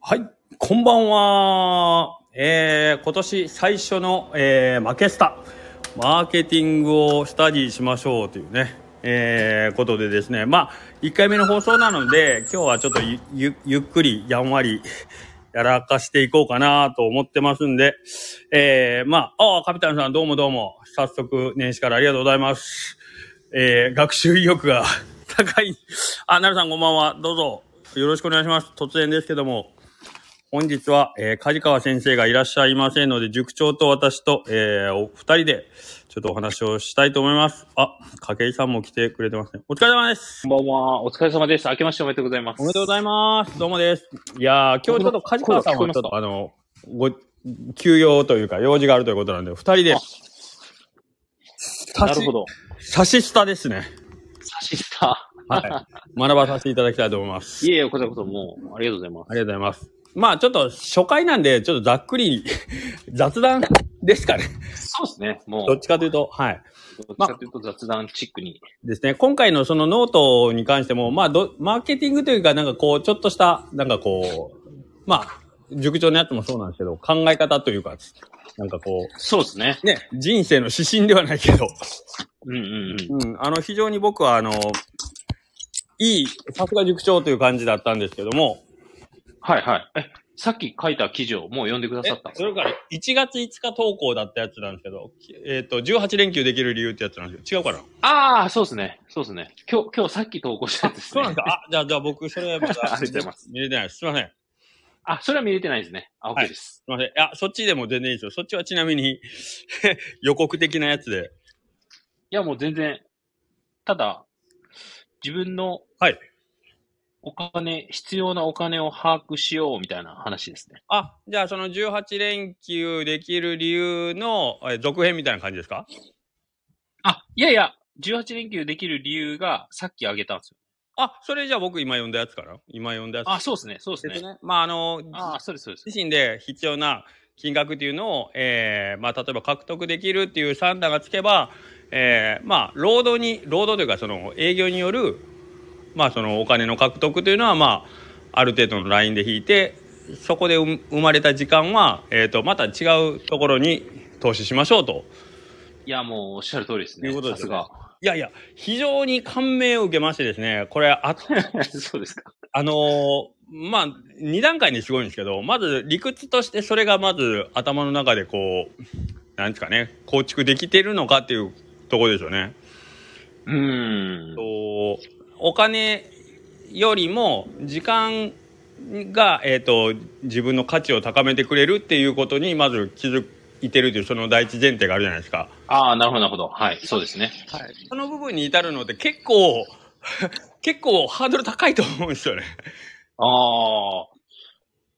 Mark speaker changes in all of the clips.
Speaker 1: はい、こんばんは。えー、今年最初の、えー、負けスタ、マーケティングをスタディしましょうというね、えー、ことでですね、まあ、1回目の放送なので、今日はちょっとゆゆゆっくり、やんわり、やらかしていこうかなと思ってますんで、えー、まあ、ああ、カピタンさんどうもどうも、早速、年始からありがとうございます。えー、学習意欲が高い。あ、なるさんこんばんは。どうぞ、よろしくお願いします。突然ですけども。本日は、えー、梶川先生がいらっしゃいませんので、塾長と私と、えー、お二人で、ちょっとお話をしたいと思います。あ、筧さんも来てくれてますね。お疲れ様です。
Speaker 2: こんばんは。お疲れ様でした。明けましておめでとうございます。
Speaker 1: おめでとうございます。どうもです。いやー、今日ちょっと梶川さん
Speaker 2: 声
Speaker 1: はちょ
Speaker 2: が
Speaker 1: っ
Speaker 2: 聞こえます
Speaker 1: と、あの、ご、休養というか、用事があるということなんで、二人で
Speaker 2: あ、なるほど。
Speaker 1: 差し下ですね。
Speaker 2: 差しした。
Speaker 1: はい。学ばさせていただきたいと思います。
Speaker 2: いえいえ、こちらこそもう、ありがとうございます。
Speaker 1: ありがとうございます。まあ、ちょっと初回なんで、ちょっとざっくり 雑談ですかね。
Speaker 2: そうですね。もう、
Speaker 1: どっちかというと、はい。
Speaker 2: どっちかというと雑談チックに。
Speaker 1: ですね。今回のそのノートに関しても、まあど、マーケティングというか、なんかこう、ちょっとした、なんかこう、まあ、塾長のやつもそうなんですけど、考え方というか、なんかこ
Speaker 2: そうですね。
Speaker 1: う、ね、人生の指針ではないけど、
Speaker 2: うんうんうん。
Speaker 1: うん、あの、非常に僕は、あの、いい、さすが塾長という感じだったんですけども、
Speaker 2: はいはい。え、さっき書いた記事をもう読んでくださった
Speaker 1: えそれから1月5日投稿だったやつなんですけど、えっ、と、18連休できる理由ってやつなんですよ。違うかな
Speaker 2: ああ、そうですね。そうですね。今日、今日さっき投稿したんです
Speaker 1: そう
Speaker 2: ね。
Speaker 1: なんですか。あ、じゃあ、 じゃあ僕、それはまだ
Speaker 2: ありがとうございます
Speaker 1: 見れてないです。すいません。
Speaker 2: あ、それは見れてないですね。あ、
Speaker 1: はい
Speaker 2: OK です。
Speaker 1: すみません。いや、そっちでも全然いいですよ。そっちはちなみに 予告的なやつで。
Speaker 2: いや、もう全然、ただ、自分の、
Speaker 1: はい。
Speaker 2: お金、必要なお金を把握しようみたいな話ですね。
Speaker 1: あ、じゃあその18連休できる理由のえ続編みたいな感じですか
Speaker 2: あ、いやいや、18連休できる理由がさっき挙げたんですよ。
Speaker 1: あ、それじゃあ僕今読んだやつかな今読んだやつ。
Speaker 2: あ、そうですね、そうです
Speaker 1: です
Speaker 2: ね。
Speaker 1: ね。まあ、あの、
Speaker 2: あ、そうです、そうです。
Speaker 1: 自身で必要な金額っていうのを、えーまあ、例えば獲得できるっていう算段がつけば、えーまあ、労働に労働というかその営業による、まあ、そのお金の獲得というのは、まあ、ある程度のラインで引いてそこで生生まれた時間は、えー、とまた違うところに投資しましょうと
Speaker 2: いや、もうおっしゃる通りですね。
Speaker 1: いうことですよね
Speaker 2: さ
Speaker 1: いやいや非常に感銘を受けましてですねこれあ
Speaker 2: すが。 そうですか。
Speaker 1: あのーまあ、二段階にすごいんですけど、まず理屈としてそれがまず頭の中でこう、なんですかね、構築できてるのかっていうところですよね。
Speaker 2: うーん。
Speaker 1: とお金よりも時間が、えっ、と、自分の価値を高めてくれるっていうことにまず気づいてるというその第一前提があるじゃないですか。
Speaker 2: ああ、なるほど、なるほど。はい、そうですね。
Speaker 1: その部分に至るのって結構、 結構ハードル高いと思うんですよね。
Speaker 2: あ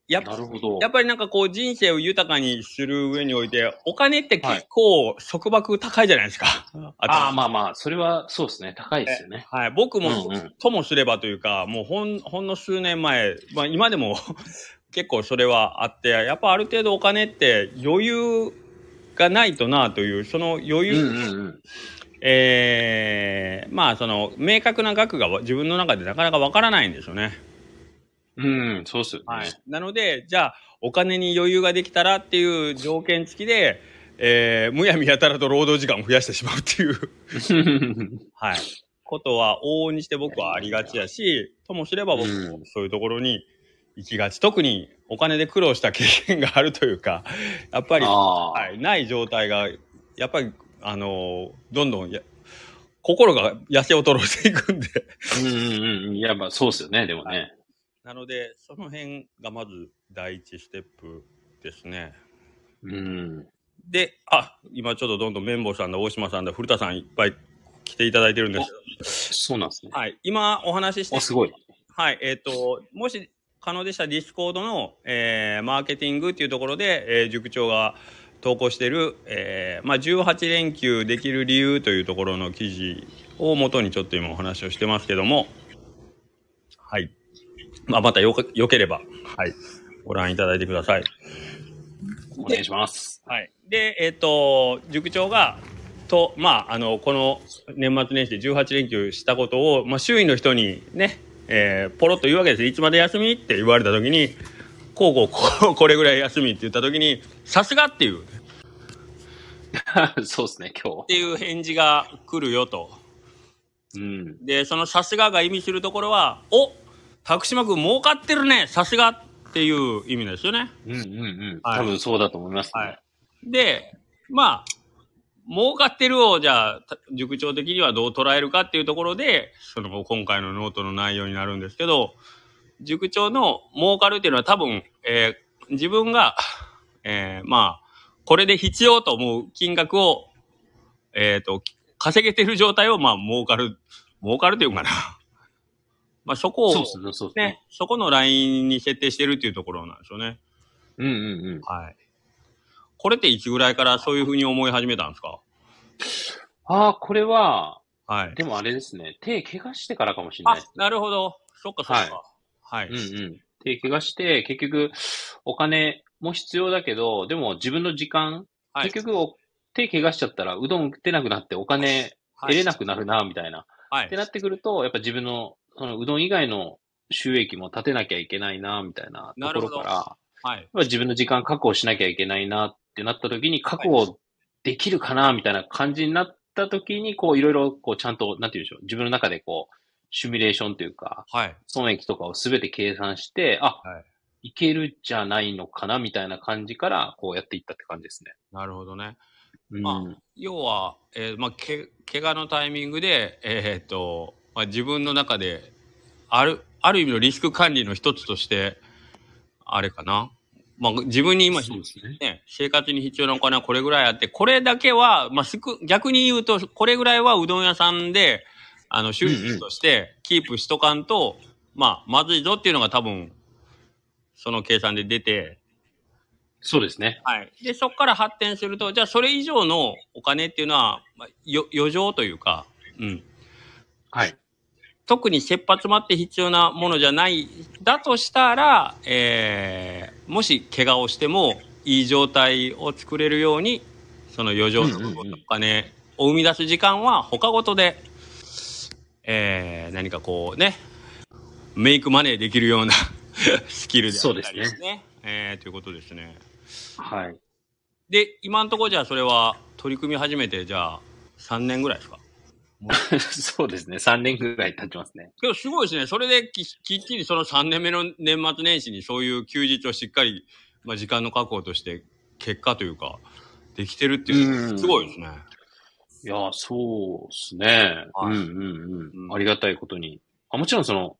Speaker 1: や
Speaker 2: あ、
Speaker 1: っぱ
Speaker 2: なるほど。
Speaker 1: やっぱりなんかこう人生を豊かにする上において、お金って結構束縛高いじゃないですか。
Speaker 2: ああ、
Speaker 1: あ
Speaker 2: まあまあ、それはそうですね。高いですよね。
Speaker 1: と。はい。僕
Speaker 2: うんう
Speaker 1: も、
Speaker 2: ん。
Speaker 1: ともすればというか、もうほん、ほんの数年前、まあ今でも 結構それはあって、やっぱある程度お金って余裕がないとなという、その余
Speaker 2: う
Speaker 1: 裕、
Speaker 2: んうんうん。
Speaker 1: ええまあその明確な額が自分の中でなかなかわからないんですよね。
Speaker 2: うん、そうっすよね。
Speaker 1: はい、なのでじゃあお金に余裕ができたらっていう条件付きで、えーむやみやたらと労働時間を増やしてしまうっていう、はい、ことは往々にして僕はありがちやしともすれば僕もそういうところに行きがち、特にお金で苦労した経験があるというかやっぱり、は
Speaker 2: ああ、
Speaker 1: い、ない状態がやっぱりあのーどんどんや心が痩せ衰えていく んで
Speaker 2: うんうんうん。いや、まあ、そうっすよね、でもね。
Speaker 1: なのでその辺がまず第一ステップですね。
Speaker 2: うん。
Speaker 1: で、あ、今ちょっとどんどん綿棒さんだ、大島さんだ、古田さんいっぱい来ていただいてるんです。
Speaker 2: そうなんですね。
Speaker 1: はい、今お話しして
Speaker 2: お、、すごい。
Speaker 1: はい、えっ、と、もし可能でしたらディスコードの、えーマーケティングっていうところで、えー塾長が投稿してる、えーまあ、18連休できる理由というところの記事を元にちょっと今お話をしてますけども、はい。まあ、またよかよければ、はい、ご覧いただいてください。
Speaker 2: お願いします。
Speaker 1: はい、で、えっと塾長がと、まあ、あのこの年末年始で18連休したことを、まあ、周囲の人にね、えーポロッと言うわけですよいつまで休みって言われた時にこうこうこう、これぐらい休みって言った時に、さすがっていう、っ
Speaker 2: そうですね、今
Speaker 1: ていう返事が来るよと。
Speaker 2: 日。うん。
Speaker 1: で、そのさすがが意味するところは、お徳島君儲かってるねさすがっていう意味なんですよね。
Speaker 2: うんうんうん。
Speaker 1: はい
Speaker 2: 多分そうだと思います、ね。
Speaker 1: はい。で、まあ、儲かってるを、じゃあ、た塾長的にはどう捉えるかっていうところで、その、今回のノートの内容になるんですけど、塾長の儲かるっていうのは多分、えー自分が、えーまあ、これで必要と思う金額を、えっ、と、稼げてる状態を、まあ、儲かる、儲かるというのかな。まあ、そこ
Speaker 2: そう
Speaker 1: を
Speaker 2: で、すね、そうですね。
Speaker 1: ね、そこのラインに設定してるっていうところなんですよね。
Speaker 2: うんうんうん。
Speaker 1: はい。これっていつぐらいからそういうふうに思い始めたんですか
Speaker 2: ああ、これは、
Speaker 1: はい。
Speaker 2: でもあれですね、手怪我してからかもしれない
Speaker 1: あ
Speaker 2: です、ね。
Speaker 1: なるほど。そっかそっか。はい。
Speaker 2: うんうん。手怪我して、結局、お金も必要だけど、でも自分の時間、
Speaker 1: はい
Speaker 2: 結局お、手怪我しちゃったら、うどん売ってなくなってお金
Speaker 1: は
Speaker 2: 得
Speaker 1: い
Speaker 2: れなくなるな、みたいな。
Speaker 1: はい
Speaker 2: ってなってくると、やっぱ自分の、そのうどん以外の収益も立てなきゃいけないな、みたいなと
Speaker 1: なる
Speaker 2: こ
Speaker 1: ほ
Speaker 2: ろ
Speaker 1: ど
Speaker 2: から、やっ
Speaker 1: はい。
Speaker 2: ぱ自分の時間確保しなきゃいけないなってなった時に、確保できるかな、みたいな感じになった時に、こう、いろいろ、こう、ちゃんと、なんて言うんでしょう、自分の中でこう、シミュレーションというか、
Speaker 1: はい。
Speaker 2: 損益とかをすべて計算して、あ、、
Speaker 1: はい
Speaker 2: けるじゃないのかなみたいな感じから、こうやっていったって感じですね。
Speaker 1: なるほどね。
Speaker 2: うん。
Speaker 1: ま要は、えーまあ、け、怪我のタイミングで、えーっと、まあ、自分の中で、ある、ある意味のリスク管理の一つとして、あれかな。まあ、自分に今、
Speaker 2: そうですね。
Speaker 1: ね、生活に必要なお金はこれぐらいあって、これだけは、まあ、すく、逆に言うと、これぐらいはうどん屋さんで、あの、収
Speaker 2: うんう
Speaker 1: 益
Speaker 2: ん
Speaker 1: としてキープしとかんと、まあ、まずいぞっていうのが多分、その計算で出て、
Speaker 2: そうですね。
Speaker 1: はい。で、そこから発展すると、じゃあそれ以上のお金っていうのは、まあ、よ余剰というか、うん。
Speaker 2: はい。
Speaker 1: 特に切羽詰まって必要なものじゃない、だとしたら、えーもし怪我をしてもいい状態を作れるように、その余剰の部分のお金を生み出す時間は他ごとで、えー何かこうね、メイクマネーできるような スキルであったり
Speaker 2: そうです
Speaker 1: ね。えーということですね。
Speaker 2: はい。
Speaker 1: で、今のところじゃあそれは取り組み始めて、じゃあ3年ぐらいですか
Speaker 2: そうですね。3年ぐらい経ちますね。
Speaker 1: けどすごいですね。それでききっちりその3年目の年末年始にそういう休日をしっかり、まあ、時間の確保として結果というか、できてるっていう
Speaker 2: う
Speaker 1: の
Speaker 2: ん
Speaker 1: すごいですね。
Speaker 2: いやー、そうですね。うん
Speaker 1: はい
Speaker 2: うん
Speaker 1: う
Speaker 2: うんん。ありがたいことに。あもちろんその、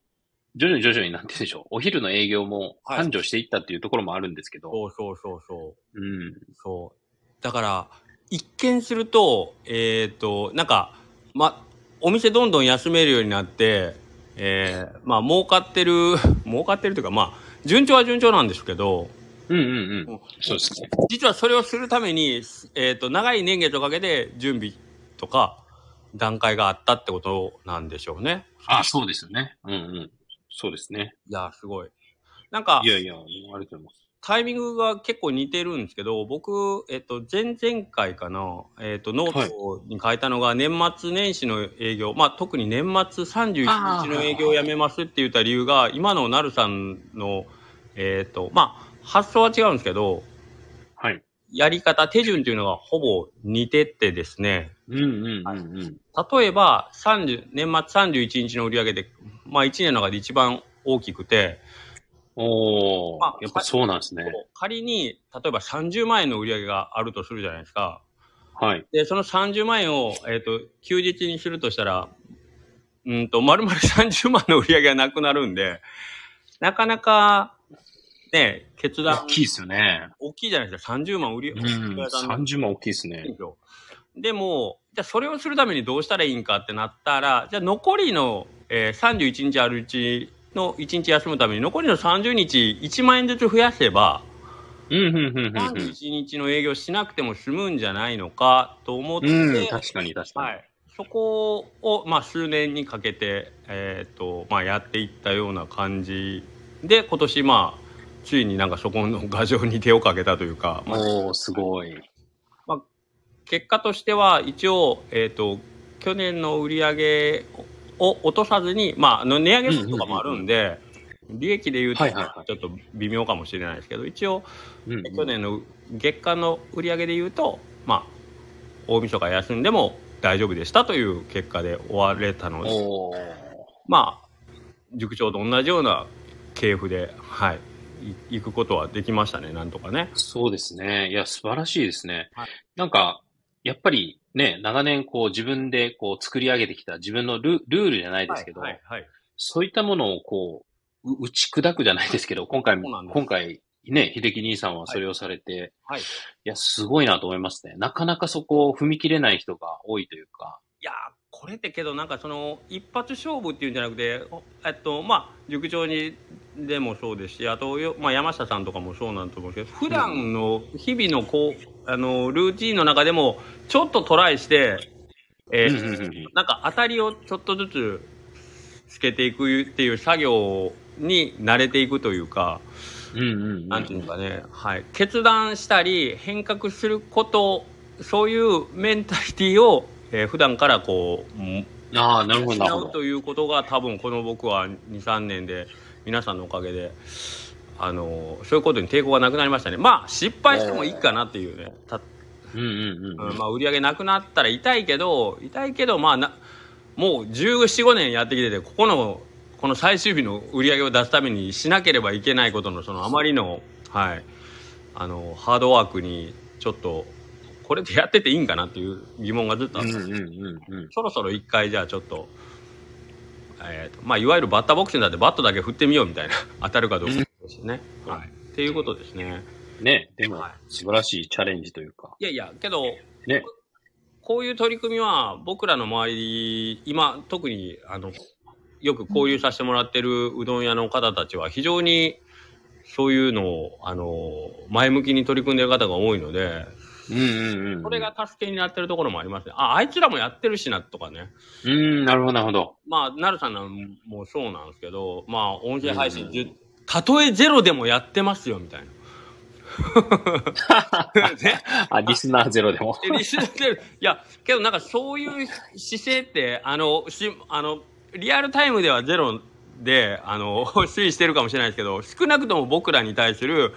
Speaker 2: 徐々に徐々になんて言うんでしょう。お昼の営業も
Speaker 1: はい
Speaker 2: 繁盛していったっていうところもあるんですけど。
Speaker 1: そうそうそうそう。
Speaker 2: うん。
Speaker 1: そう。だから、一見すると、えっ、と、なんか、ま、お店どんどん休めるようになって、えー、まあ、儲かってる、儲かってるというか、まあ、順調は順調なんですけど、
Speaker 2: うんうんう
Speaker 1: うん
Speaker 2: ん。そうですね。
Speaker 1: 実はそれをするために、えー、と長い年月をかけて準備とか段階があったってことなんでしょうね。
Speaker 2: あ、そうですよね。うんうん。そうですね。
Speaker 1: いやすごい。なんか
Speaker 2: いやいや、ありがとうございます。
Speaker 1: タイミングが結構似てるんですけど僕、えっと前々回かな、えっとノートに書いたのが年末年始の営業、まあ、特に年末31日の営業をやめますって言った理由が今のなるさんの、えっとまあ、発想は違うんですけど
Speaker 2: はい。
Speaker 1: やり方手順というのがほぼ似てってですね
Speaker 2: うんうんうんうん。
Speaker 1: 例えば、30年末31日の売り上げで、まあ1年の中で一番大きくて、
Speaker 2: お
Speaker 1: まあ
Speaker 2: お、やっぱそうなんですね。
Speaker 1: 仮に、例えば30万円の売り上げがあるとするじゃないですか。
Speaker 2: はい。
Speaker 1: で、その30万円を、えっ、と、休日にするとしたら、うんと、丸々30万の売り上げがなくなるんで、なかなか、ね、決断
Speaker 2: 大、きいですよね。
Speaker 1: 大きいじゃないですか。30万売り
Speaker 2: う
Speaker 1: 上
Speaker 2: ん
Speaker 1: げ、売り上げが
Speaker 2: 30万大きいですね。
Speaker 1: ですよでも、じゃあそれをするためにどうしたらいいんかってなったら、じゃあ残りの、えー31日あるうちの1日休むために、残りの30日1万円ずつ増やせば、
Speaker 2: うんうんうんうんうん。
Speaker 1: 31日の営業しなくても済むんじゃないのかと思って、
Speaker 2: うん、確かに確かに。
Speaker 1: はい、そこを、まあ、数年にかけて、えーとまあ、やっていったような感じで、今年、まあ、ついになんかそこの牙城に手をかけたというか、まあ、
Speaker 2: おおすごい。
Speaker 1: 結果としては一応、えー、と去年の売り上げを落とさずに、まあ、あの値上げ分とかもあるんで、利益で言うと、
Speaker 2: はいはいはい
Speaker 1: ちょっと微妙かもしれないですけど、一応、
Speaker 2: うんうん
Speaker 1: 去年の月間の売り上げで言うと、まあ、大晦日休んでも大丈夫でしたという結果で終われたので、
Speaker 2: おー
Speaker 1: まあ、塾長と同じような系譜で、はい、い行くことはできましたね、なんとかね。
Speaker 2: そうですね。いや、素晴らしいですね。
Speaker 1: はい
Speaker 2: なんか、やっぱりね、長年こう自分でこう作り上げてきた自分のルルールじゃないですけど、
Speaker 1: はい、はい。
Speaker 2: そういったものをこう、う打ち砕くじゃないですけど、今回
Speaker 1: そうなんで、す
Speaker 2: 今回ね、秀樹兄さんはそれをされて、
Speaker 1: はい
Speaker 2: いや、すごいなと思いますね。なかなかそこを踏み切れない人が多いというか。
Speaker 1: いやーこれってけどなんかその一発勝負っていうんじゃなくておえっとまあ塾長にでもそうですしあとよ、まあ、山下さんとかもそうなんと思うんですけど普段の日々のこうあのルーティンの中でもちょっとトライして、えー
Speaker 2: うんうんうんうん
Speaker 1: なんか当たりをちょっとずつつけていくっていう作業に慣れていくというか。
Speaker 2: うんうん、うん。
Speaker 1: なんていうんですかね、はい、決断したり変革することそういうメンタリティーを、えー普段からこううん
Speaker 2: ああ、なるほど、な
Speaker 1: 失
Speaker 2: るほ
Speaker 1: う
Speaker 2: ど。
Speaker 1: ということが多分この僕は23年で皆さんのおかげで。あのそういうことに抵抗がなくなりましたね、まあ失敗してもいいかなっていうね、た
Speaker 2: うんうんうん。
Speaker 1: うんまあ、売り上げなくなったら痛いけど、痛いけど、まあな、もう14、5年やってきてて、ここの、この最終日の売り上げを出すためにしなければいけないことの、そのあまりの、はい、あの、ハードワークに、ちょっと、これでやってていいんかなっていう疑問がずっとあ
Speaker 2: う
Speaker 1: っ
Speaker 2: ん
Speaker 1: た、
Speaker 2: うんうんうん。
Speaker 1: そろそろ一回、じゃあちょっと、えーとまあ、いわゆるバッターボックスになってバットだけ振ってみようみたいな、当たるかどうかですね。はい。っていうことですね。
Speaker 2: ね、でも
Speaker 1: はい、
Speaker 2: 素晴らしいチャレンジというか。
Speaker 1: いやいや、けど、
Speaker 2: ね
Speaker 1: こういう取り組みは僕らの周り、今特にあのよく交流させてもらってるうどん屋の方たちは非常にそういうのをあの前向きに取り組んでる方が多いので、
Speaker 2: うんうんうん。
Speaker 1: それが助けになってるところもありますね。あ、あいつらもやってるしなとかね。
Speaker 2: うん、なるほど、なるほど。
Speaker 1: まあ、なるさんなんもそうなんですけど、まあ、音声配信じゅ、たとえゼロでもやってますよみたいな。ね
Speaker 2: あ、リスナーゼロでも。
Speaker 1: えリスナーゼロいや、けどなんかそういう姿勢って、あの、しあのリアルタイムではゼロで、あの、 推移してるかもしれないですけど、少なくとも僕らに対する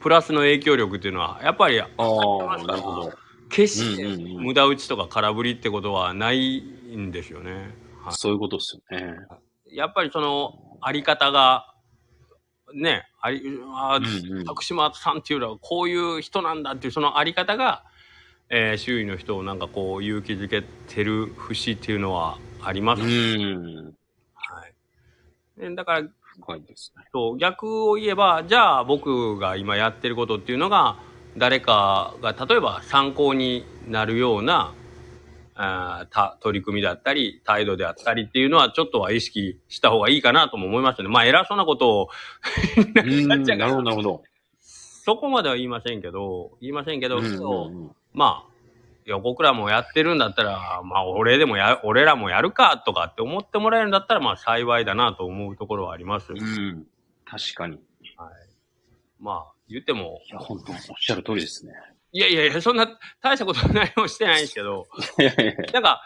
Speaker 1: プラスの影響力っていうのは、やっぱり、
Speaker 2: ああ、なるほど。
Speaker 1: 決して
Speaker 2: うんうんうん
Speaker 1: 無駄打ちとか空振りってことはないんですよね。は
Speaker 2: そういうことですよね。
Speaker 1: い、やっぱりその、あり方が、ね、あり、あー
Speaker 2: うんうん
Speaker 1: 徳島さんっていうのはこういう人なんだっていうそのあり方が、えー周囲の人をなんかこう勇気づけてる節っていうのはありま
Speaker 2: う
Speaker 1: す、
Speaker 2: ん。
Speaker 1: はいでだから
Speaker 2: 深いですね。
Speaker 1: そう逆を言えばじゃあ僕が今やってることっていうのが誰かが例えば参考になるようなあーた取り組みだったり態度であったりっていうのはちょっとは意識した方がいいかなとも思いますね。まあ偉そうなことを
Speaker 2: うん、な
Speaker 1: っちゃう
Speaker 2: るほど、なるほど。
Speaker 1: そこまでは言いませんけど言いませんけど、
Speaker 2: うん
Speaker 1: そう
Speaker 2: うんうん
Speaker 1: まあ、いや、僕らもやってるんだったら、まあ、俺でもや、俺らもやるか、とかって思ってもらえるんだったら、まあ、幸いだなと思うところはあります。
Speaker 2: うん。確かに。い
Speaker 1: まあ、言っても、
Speaker 2: や、本当おっしゃる通りですね。
Speaker 1: いやいやいや、そんな、大したこと何もしてないんですけど、
Speaker 2: いやいやいや
Speaker 1: なんか、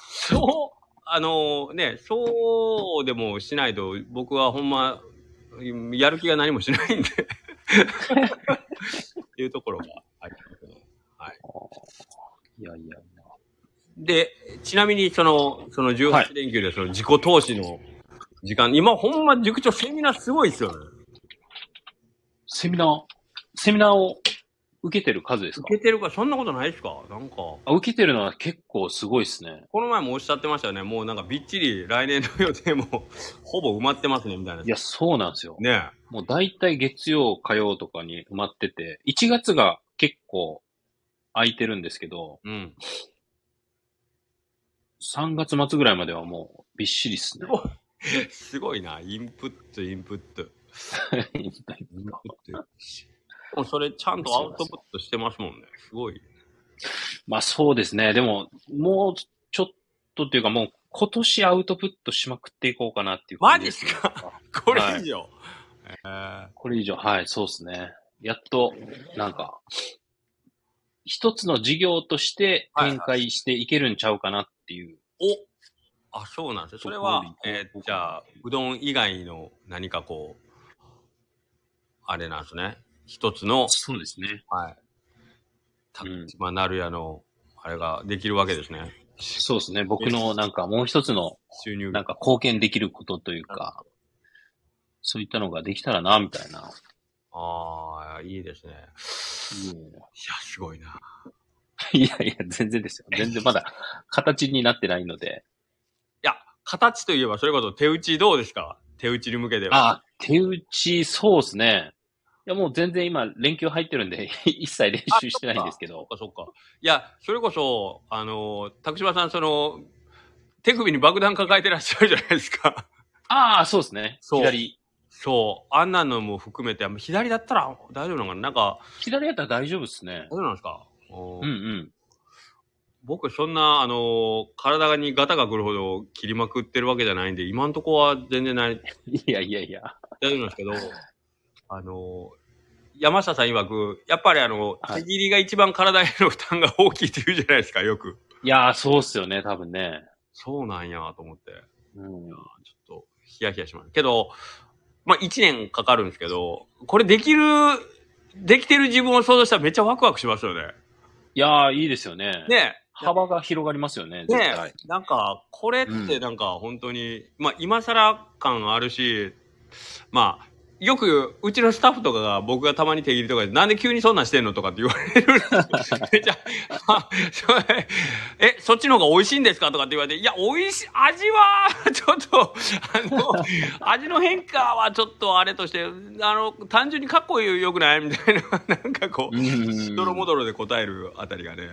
Speaker 1: そう、あのね、そうでもしないと、僕はほんま、やる気が何もしないん で、っていうところがありますね。
Speaker 2: いやいやいや。
Speaker 1: で、ちなみにその、その
Speaker 2: は
Speaker 1: 18
Speaker 2: い
Speaker 1: 連休でその自己投資の時間、今ほんま塾長セミナーすごいですよね。
Speaker 2: セミナー、セミナーを受けてる数ですか
Speaker 1: 受けてるか、そんなことないですかなんか、こ
Speaker 2: あ受けてるのは結構すごいですね。
Speaker 1: の前もおっしゃってましたよね。もうなんかびっちり来年の予定もほぼ埋まってますね、みたいな。
Speaker 2: いや、そうなんですよ。
Speaker 1: ね
Speaker 2: もう大体月曜、火曜とかに埋まってて、1月が結構空いてるんですけど、
Speaker 1: え。うん。
Speaker 2: 3月末ぐらいまではもうびっしりっすね。
Speaker 1: すごいな、インプット、インプット。インプット。でもそれちゃんとアウトプットしてますもんね。すごい。
Speaker 2: まあそうですね。でも、もうちょっとっていうかもう今年アウトプットしまくっていこうかなっていう
Speaker 1: マ
Speaker 2: 感じ
Speaker 1: ジっ
Speaker 2: ですす、
Speaker 1: かこれ以上。
Speaker 2: これ以上、はい、そうですね。やっと、なんか、一つの事業として展開していけるんちゃうかなっていう。
Speaker 1: おあ、そうなんですね。それ
Speaker 2: そう
Speaker 1: は
Speaker 2: こ、う
Speaker 1: えーじゃあ、うどん以外の何かこう、あれなんですね。一つの、
Speaker 2: そうですね。
Speaker 1: はい。た
Speaker 2: うん
Speaker 1: まあ、なるやの、あれができるわけですね。
Speaker 2: そうですね。僕のなんかもう一つの、
Speaker 1: 収入
Speaker 2: なんか貢献できることというか、そういったのができたらな、みたいな。
Speaker 1: ああ、いいですね。いや、すごいな。
Speaker 2: いやいや、全然ですよ。全然まだ形になってないので。
Speaker 1: いや、形といえば、それこそ手打ちどうですか手打ちに向けては。
Speaker 2: あ、手打ち、そうですね。いや、もう全然今、連休入ってるんで、 一切練習してないんですけど。
Speaker 1: そっかそっか。いや、それこそ、あの、拓島さん、その、手首に爆弾抱えてらっしゃるじゃないですか。
Speaker 2: ああ、そうですね。
Speaker 1: そう
Speaker 2: 左。
Speaker 1: そう、あんなのも含めて、左だったら大丈夫なのかななんか、
Speaker 2: 左やったら大丈夫ですね
Speaker 1: 大。丈夫なんですか、おー
Speaker 2: うんうん。
Speaker 1: 僕、そんな、あのー体にガタが来るほど切りまくってるわけじゃないんで、今んとこは全然ない
Speaker 2: いやいやいや。
Speaker 1: 大丈夫なん ですけど、あのー山下さん曰く、やっぱりあの、
Speaker 2: はい
Speaker 1: 手切りが一番体への負担が大きいって言うじゃないですか、よく。
Speaker 2: いやー、そうっすよね、多分ね。
Speaker 1: そうなんやと思って、
Speaker 2: うん。
Speaker 1: ちょっと、ヒヤヒヤしました。けど、まあ、1年かかるんですけど、これできる、できてる自分を想像したらめっちゃワクワクしますよね。
Speaker 2: いやー、いいですよね。
Speaker 1: ねえ。
Speaker 2: 幅が広がりますよね、絶
Speaker 1: ね
Speaker 2: 対。
Speaker 1: なんか、これってなんか本当に、まあ今更感あるし、まあ、よくうちのスタッフとかが僕がたまに手切りとかで、なんで急にそんなんしてんのとかって言われ る。めっちゃあそれえ、そっちの方が美味しいんですかとかって言われて、いや、美味しい、味は、ちょっと、あの、味の変化はちょっとあれとして、あの、単純にかっこよくないみたいな、なんかこう、
Speaker 2: うん
Speaker 1: しどろもどろで答えるあたりがね、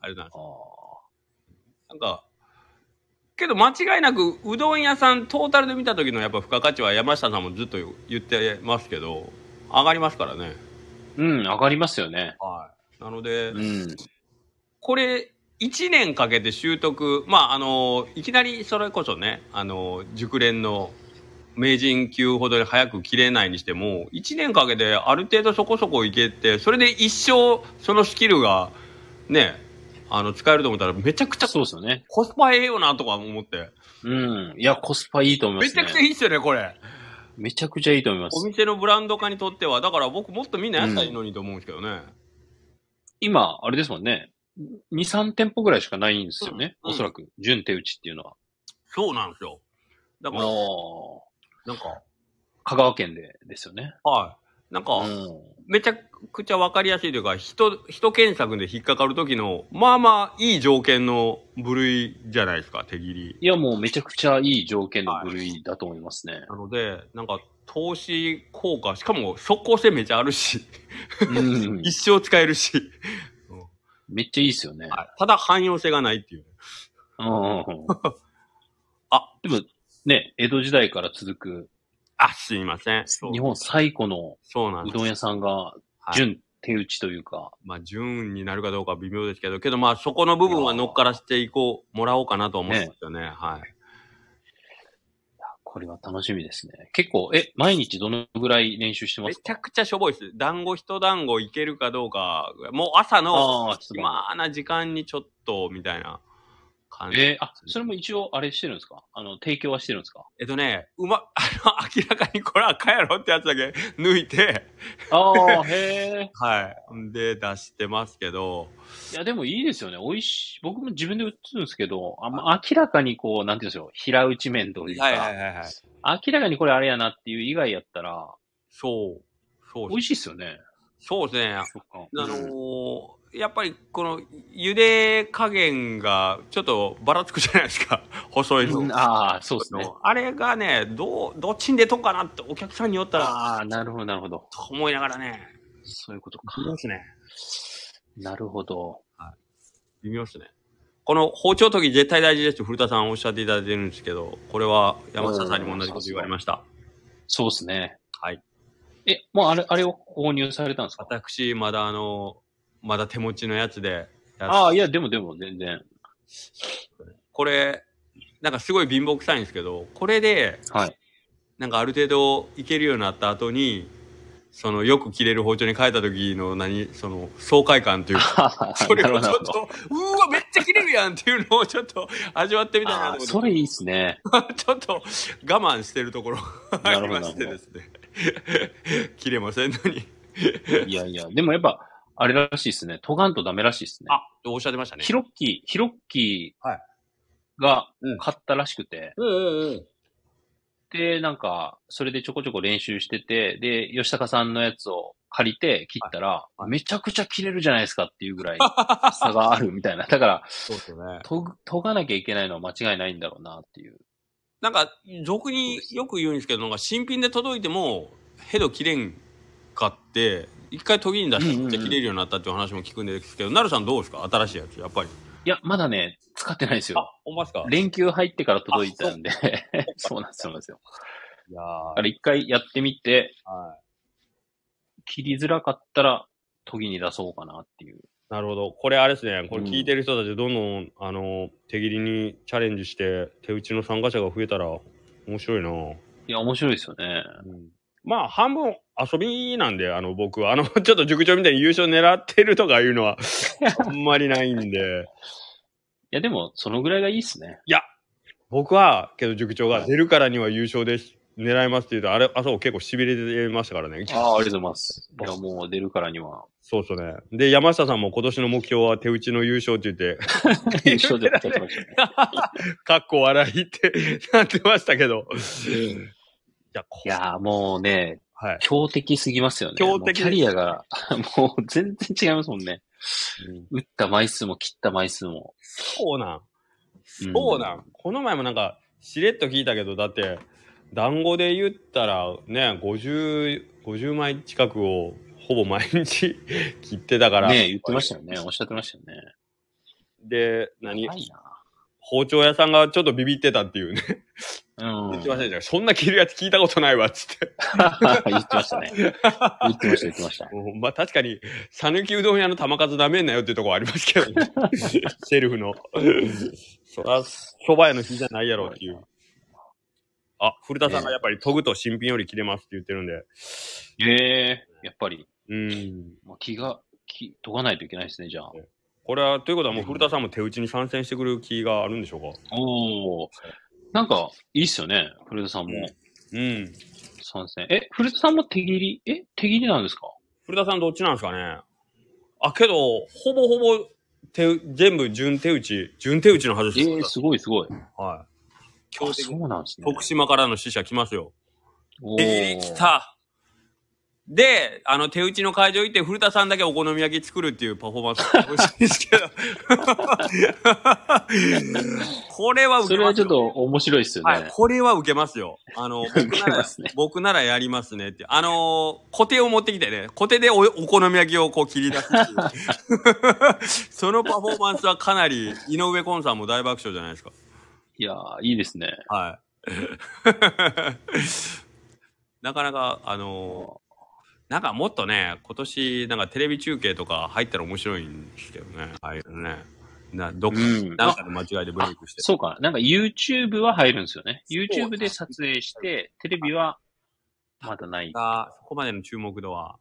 Speaker 1: あれなんです
Speaker 2: あ
Speaker 1: なんか、けど間違いなく、うどん屋さん、トータルで見た時のやっぱ付加価値は山下さんもずっと言ってますけど、上がりますからね。
Speaker 2: ーうん、上がりますよね。
Speaker 1: はい。なので、
Speaker 2: うん。
Speaker 1: これ、1年かけて習得、まあ、あの、いきなりそれこそね、あの、熟練の名人級ほど早く切れないにしても、1年かけてある程度そこそこいけて、それで一生そのスキルが、ね、あの、使えると思ったらめちゃくちゃ
Speaker 2: そうですよね。
Speaker 1: コスパええよなとか思って。
Speaker 2: うん。いや、コスパいいと思いま
Speaker 1: め
Speaker 2: す
Speaker 1: ちゃ
Speaker 2: ね。
Speaker 1: くちゃいいっすよね、これ。
Speaker 2: めちゃくちゃいいと思いま
Speaker 1: お
Speaker 2: す。
Speaker 1: 店のブランド化にとっては、だから僕もっとみんなやったらいいのにと思うんですけどね。
Speaker 2: 今、あれですもんね。2、3店舗ぐらいしかないんですよね。
Speaker 1: うんうん
Speaker 2: おそらく。純手打ちっていうのは。
Speaker 1: そうなんですよ。だから、
Speaker 2: お
Speaker 1: なんか、
Speaker 2: 香川県でですよね。
Speaker 1: はい。なん
Speaker 2: う
Speaker 1: か、
Speaker 2: ん。
Speaker 1: めちゃくちゃわかりやすいというか、人、人検索で引っかかる時の、まあまあいい条件の部類じゃないですか、手切り。
Speaker 2: いや、もうめちゃくちゃいい条件の部類だと思います ね。
Speaker 1: なので、なんか、投資効果、しかも即効性めちゃあるし、
Speaker 2: うん。
Speaker 1: 一生使えるし、
Speaker 2: めっちゃいいですよね。
Speaker 1: はいただ汎用性がないっていう。
Speaker 2: うんうんうん。
Speaker 1: あ、
Speaker 2: でも、ね、江戸時代から続く、
Speaker 1: あ、すいません。そう
Speaker 2: 日本最古の
Speaker 1: そうなん
Speaker 2: う
Speaker 1: です
Speaker 2: どん。屋さんが
Speaker 1: は、い
Speaker 2: 純手打ちというか、
Speaker 1: まあ、順になるかどうかは微妙ですけど、けどまあ、そこの部分は乗っからしていこう、もらおうかなと思うんですよね。はい。
Speaker 2: これは楽しみですね。結構、え、毎日どのぐらい練習してま
Speaker 1: め
Speaker 2: す
Speaker 1: ちゃ
Speaker 2: か
Speaker 1: くちゃしょぼいです。団子一団子いけるかどうか、もう朝の
Speaker 2: ああ、すごい。
Speaker 1: 暇な時間にちょっと、みたいな感じ。
Speaker 2: えーあ、それも一応、あれしてるんですかあの、提供はしてるんですか
Speaker 1: えっとね、うま、 あの、明らかにこれはかやろってやつだけ抜いて、
Speaker 2: ああ、へえ。
Speaker 1: はい。で、出してますけど、
Speaker 2: いや、でもいいですよね。美味しい。僕も自分で打つんですけど、あんま明らかにこう、なんていうんでしょう、平打ち面というか、
Speaker 1: はいはい。
Speaker 2: 明らかにこれあれやなっていう以外やったら、
Speaker 1: そう。そう
Speaker 2: 美味しいですよね。
Speaker 1: そうですね。
Speaker 2: そっか。
Speaker 1: あのーやっぱりこの茹で加減がちょっとばらつくじゃないですか 細いの,、
Speaker 2: うんああ、そうですね。
Speaker 1: あれがねどうどっちに出とんかなってお客さんによったら
Speaker 2: ああ、なるほど、なるほど。
Speaker 1: と思いながらね
Speaker 2: そういうことか
Speaker 1: 微。妙ですね
Speaker 2: なるほど。
Speaker 1: 微妙ですねこの包丁研ぎ絶対大事ですって古田さんおっしゃっていただいてるんですけどこれは山下さんにも同じこと言われました
Speaker 2: そうですね。
Speaker 1: はい。
Speaker 2: え、もうあれ、あれを購入されたんですか
Speaker 1: 私まだあのまだ手持ちのやつでやっ
Speaker 2: ああ、いや、でもでも全然。
Speaker 1: これなんかすごい貧乏くさいんですけどこれで
Speaker 2: はい。
Speaker 1: なんかある程度いけるようになった後に、そのよく切れる包丁に変えた時の何、その爽快感というか、それ
Speaker 2: なる
Speaker 1: を
Speaker 2: ほど
Speaker 1: ち
Speaker 2: な
Speaker 1: ょっ
Speaker 2: るほど。
Speaker 1: と、うーわ、めっちちゃ切れるやんっていうのをちょっと味わってみたいなと
Speaker 2: あ
Speaker 1: 思っ
Speaker 2: ー
Speaker 1: て
Speaker 2: それいいっすね。
Speaker 1: ちょっと我慢してるところがあ
Speaker 2: なる
Speaker 1: り
Speaker 2: ほど
Speaker 1: ましてですね。 切れませんのに。
Speaker 2: いやいや、でもやっぱ、あれらしいっすね。トガンとダメらしいっすね。
Speaker 1: あ、おっしゃってましたね。
Speaker 2: ヒロッキー、ヒロッキ
Speaker 1: はい
Speaker 2: ーが
Speaker 1: うん
Speaker 2: 買ったらしくて、
Speaker 1: うんうんうん。
Speaker 2: で、なんか、それでちょこちょこ練習してて、で、吉高さんのやつを借りて切ったら、めちゃくちゃ切れるじゃないですかっていうぐらい差があるみたいな。だから、
Speaker 1: そうですよね。
Speaker 2: とぐ、研がなきゃいけないのは間違いないんだろうなっていう。
Speaker 1: なんか、俗によく言うんですけど、なんか新品で届いても、ヘド切れんかって、一回途切りに出して、
Speaker 2: うんうんうん
Speaker 1: じゃあ切れるようになったっていう話も聞くんですけど、なるさんどうですか新しいやつ、やっぱり。
Speaker 2: いや、まだね、使ってないですよ。、
Speaker 1: ほんまですか
Speaker 2: 連休入ってから届いたんで、 そうなんですよ。そうなんですよ
Speaker 1: いや
Speaker 2: だから一回やってみて、
Speaker 1: はい。
Speaker 2: 切りづらかったら、研ぎに出そうかなっていう。
Speaker 1: なるほど。これあれですね、これ聞いてる人たち、どんどん、あの、手切りにチャレンジして、手打ちの参加者が増えたら、面白いなぁ。
Speaker 2: いや、面白いですよね。
Speaker 1: まあ、半分遊びなんで、あの、僕は、あの、 ちょっと塾長みたいに優勝狙ってるとかいうのは、あんまりないんで、
Speaker 2: いや、でも、そのぐらいがいいっすね。
Speaker 1: 僕は、けど塾長が出るからには優勝です。狙いますって言うと、あれ、あそう、結構痺れてましたからね。
Speaker 2: ああ、ありがとうございます。いや、もう出るからには。
Speaker 1: そうそうね。で、山下さんも今年の目標は手打ちの優勝って言って、
Speaker 2: 優勝でってましたね。
Speaker 1: かっこ笑いって なってましたけど。いや、こ
Speaker 2: いやー、もうね、
Speaker 1: はい。
Speaker 2: 強敵すぎますよね。
Speaker 1: 強敵
Speaker 2: もうキャリアが、 もう全然違いますもんね。打った枚数も切った枚数も。
Speaker 1: そうなん。
Speaker 2: うん
Speaker 1: そうなん。この前もなんか、しれっと聞いたけど、だって、団子で言ったらね、50、50枚近くをほぼ毎日 切ってたから。
Speaker 2: ね言ってましたよね。おっしゃってましたよね。
Speaker 1: で、何
Speaker 2: ないな。
Speaker 1: 包丁屋さんがちょっとビビってたっていうね。
Speaker 2: うん。
Speaker 1: 言ってましたね。 そんな切るやつ聞いたことないわ、つって。
Speaker 2: 言ってましたね。言ってました、言ってま した。
Speaker 1: うんまあ確かに、讃岐うどん屋の玉数なめんなよっていうところはありますけ どね。セルフの。そら、蕎麦屋の日じゃないやろうっていう。あ、古田さんがやっぱり研ぐと新品より切れますって言ってるんで。
Speaker 2: ええやっぱり、
Speaker 1: うん。
Speaker 2: まあ、気が、気、解かないといけないですね、じゃあ。
Speaker 1: これは、ということはもう古田さんも手打ちに参戦してくる気があるんでしょうか
Speaker 2: おお。なんか、いいっすよね。古田さんも
Speaker 1: うん。
Speaker 2: 参戦。え、古田さんも手切りえ、手切りなんですか
Speaker 1: 古田さんどっちなんですかねあ、けど、ほぼほぼ手打、全部準手打ち、準手打ちのはず
Speaker 2: え
Speaker 1: です。
Speaker 2: えすごいすごい。あ、
Speaker 1: はい。強敵
Speaker 2: そうなんですね。
Speaker 1: 徳島からの死者来ますよ。
Speaker 2: おー
Speaker 1: えー、来た。で、あの、手打ちの会場行って、古田さんだけお好み焼き作るっていうパフォーマンス が欲しいですけど。これは受
Speaker 2: そ
Speaker 1: け
Speaker 2: れ
Speaker 1: ま
Speaker 2: は
Speaker 1: す
Speaker 2: ち
Speaker 1: よ
Speaker 2: ょっ。と面白いっすよね。
Speaker 1: はい、これは受けますよ。あの、僕
Speaker 2: 受
Speaker 1: な
Speaker 2: けま
Speaker 1: ら
Speaker 2: すね、
Speaker 1: 僕ならやりますねって。あのー、コテを持ってきてね、コテでおお好み焼きをこう切り出すっていう。 そのパフォーマンスはかなり、井上コンさんも大爆笑じゃないですか。
Speaker 2: いやー、いいですね。
Speaker 1: はい。なかなか、あのーなんかもっとね、今年、なんかテレビ中継とか入ったら面白いんですけどね。はい、ね。な、どっか、
Speaker 2: うん
Speaker 1: なんかの間違いでブレイクして。
Speaker 2: そうか。なんか YouTube は入るんですよね。
Speaker 1: そう
Speaker 2: YouTube で撮影して、テレビはまだない。
Speaker 1: あそこまでの注目度は。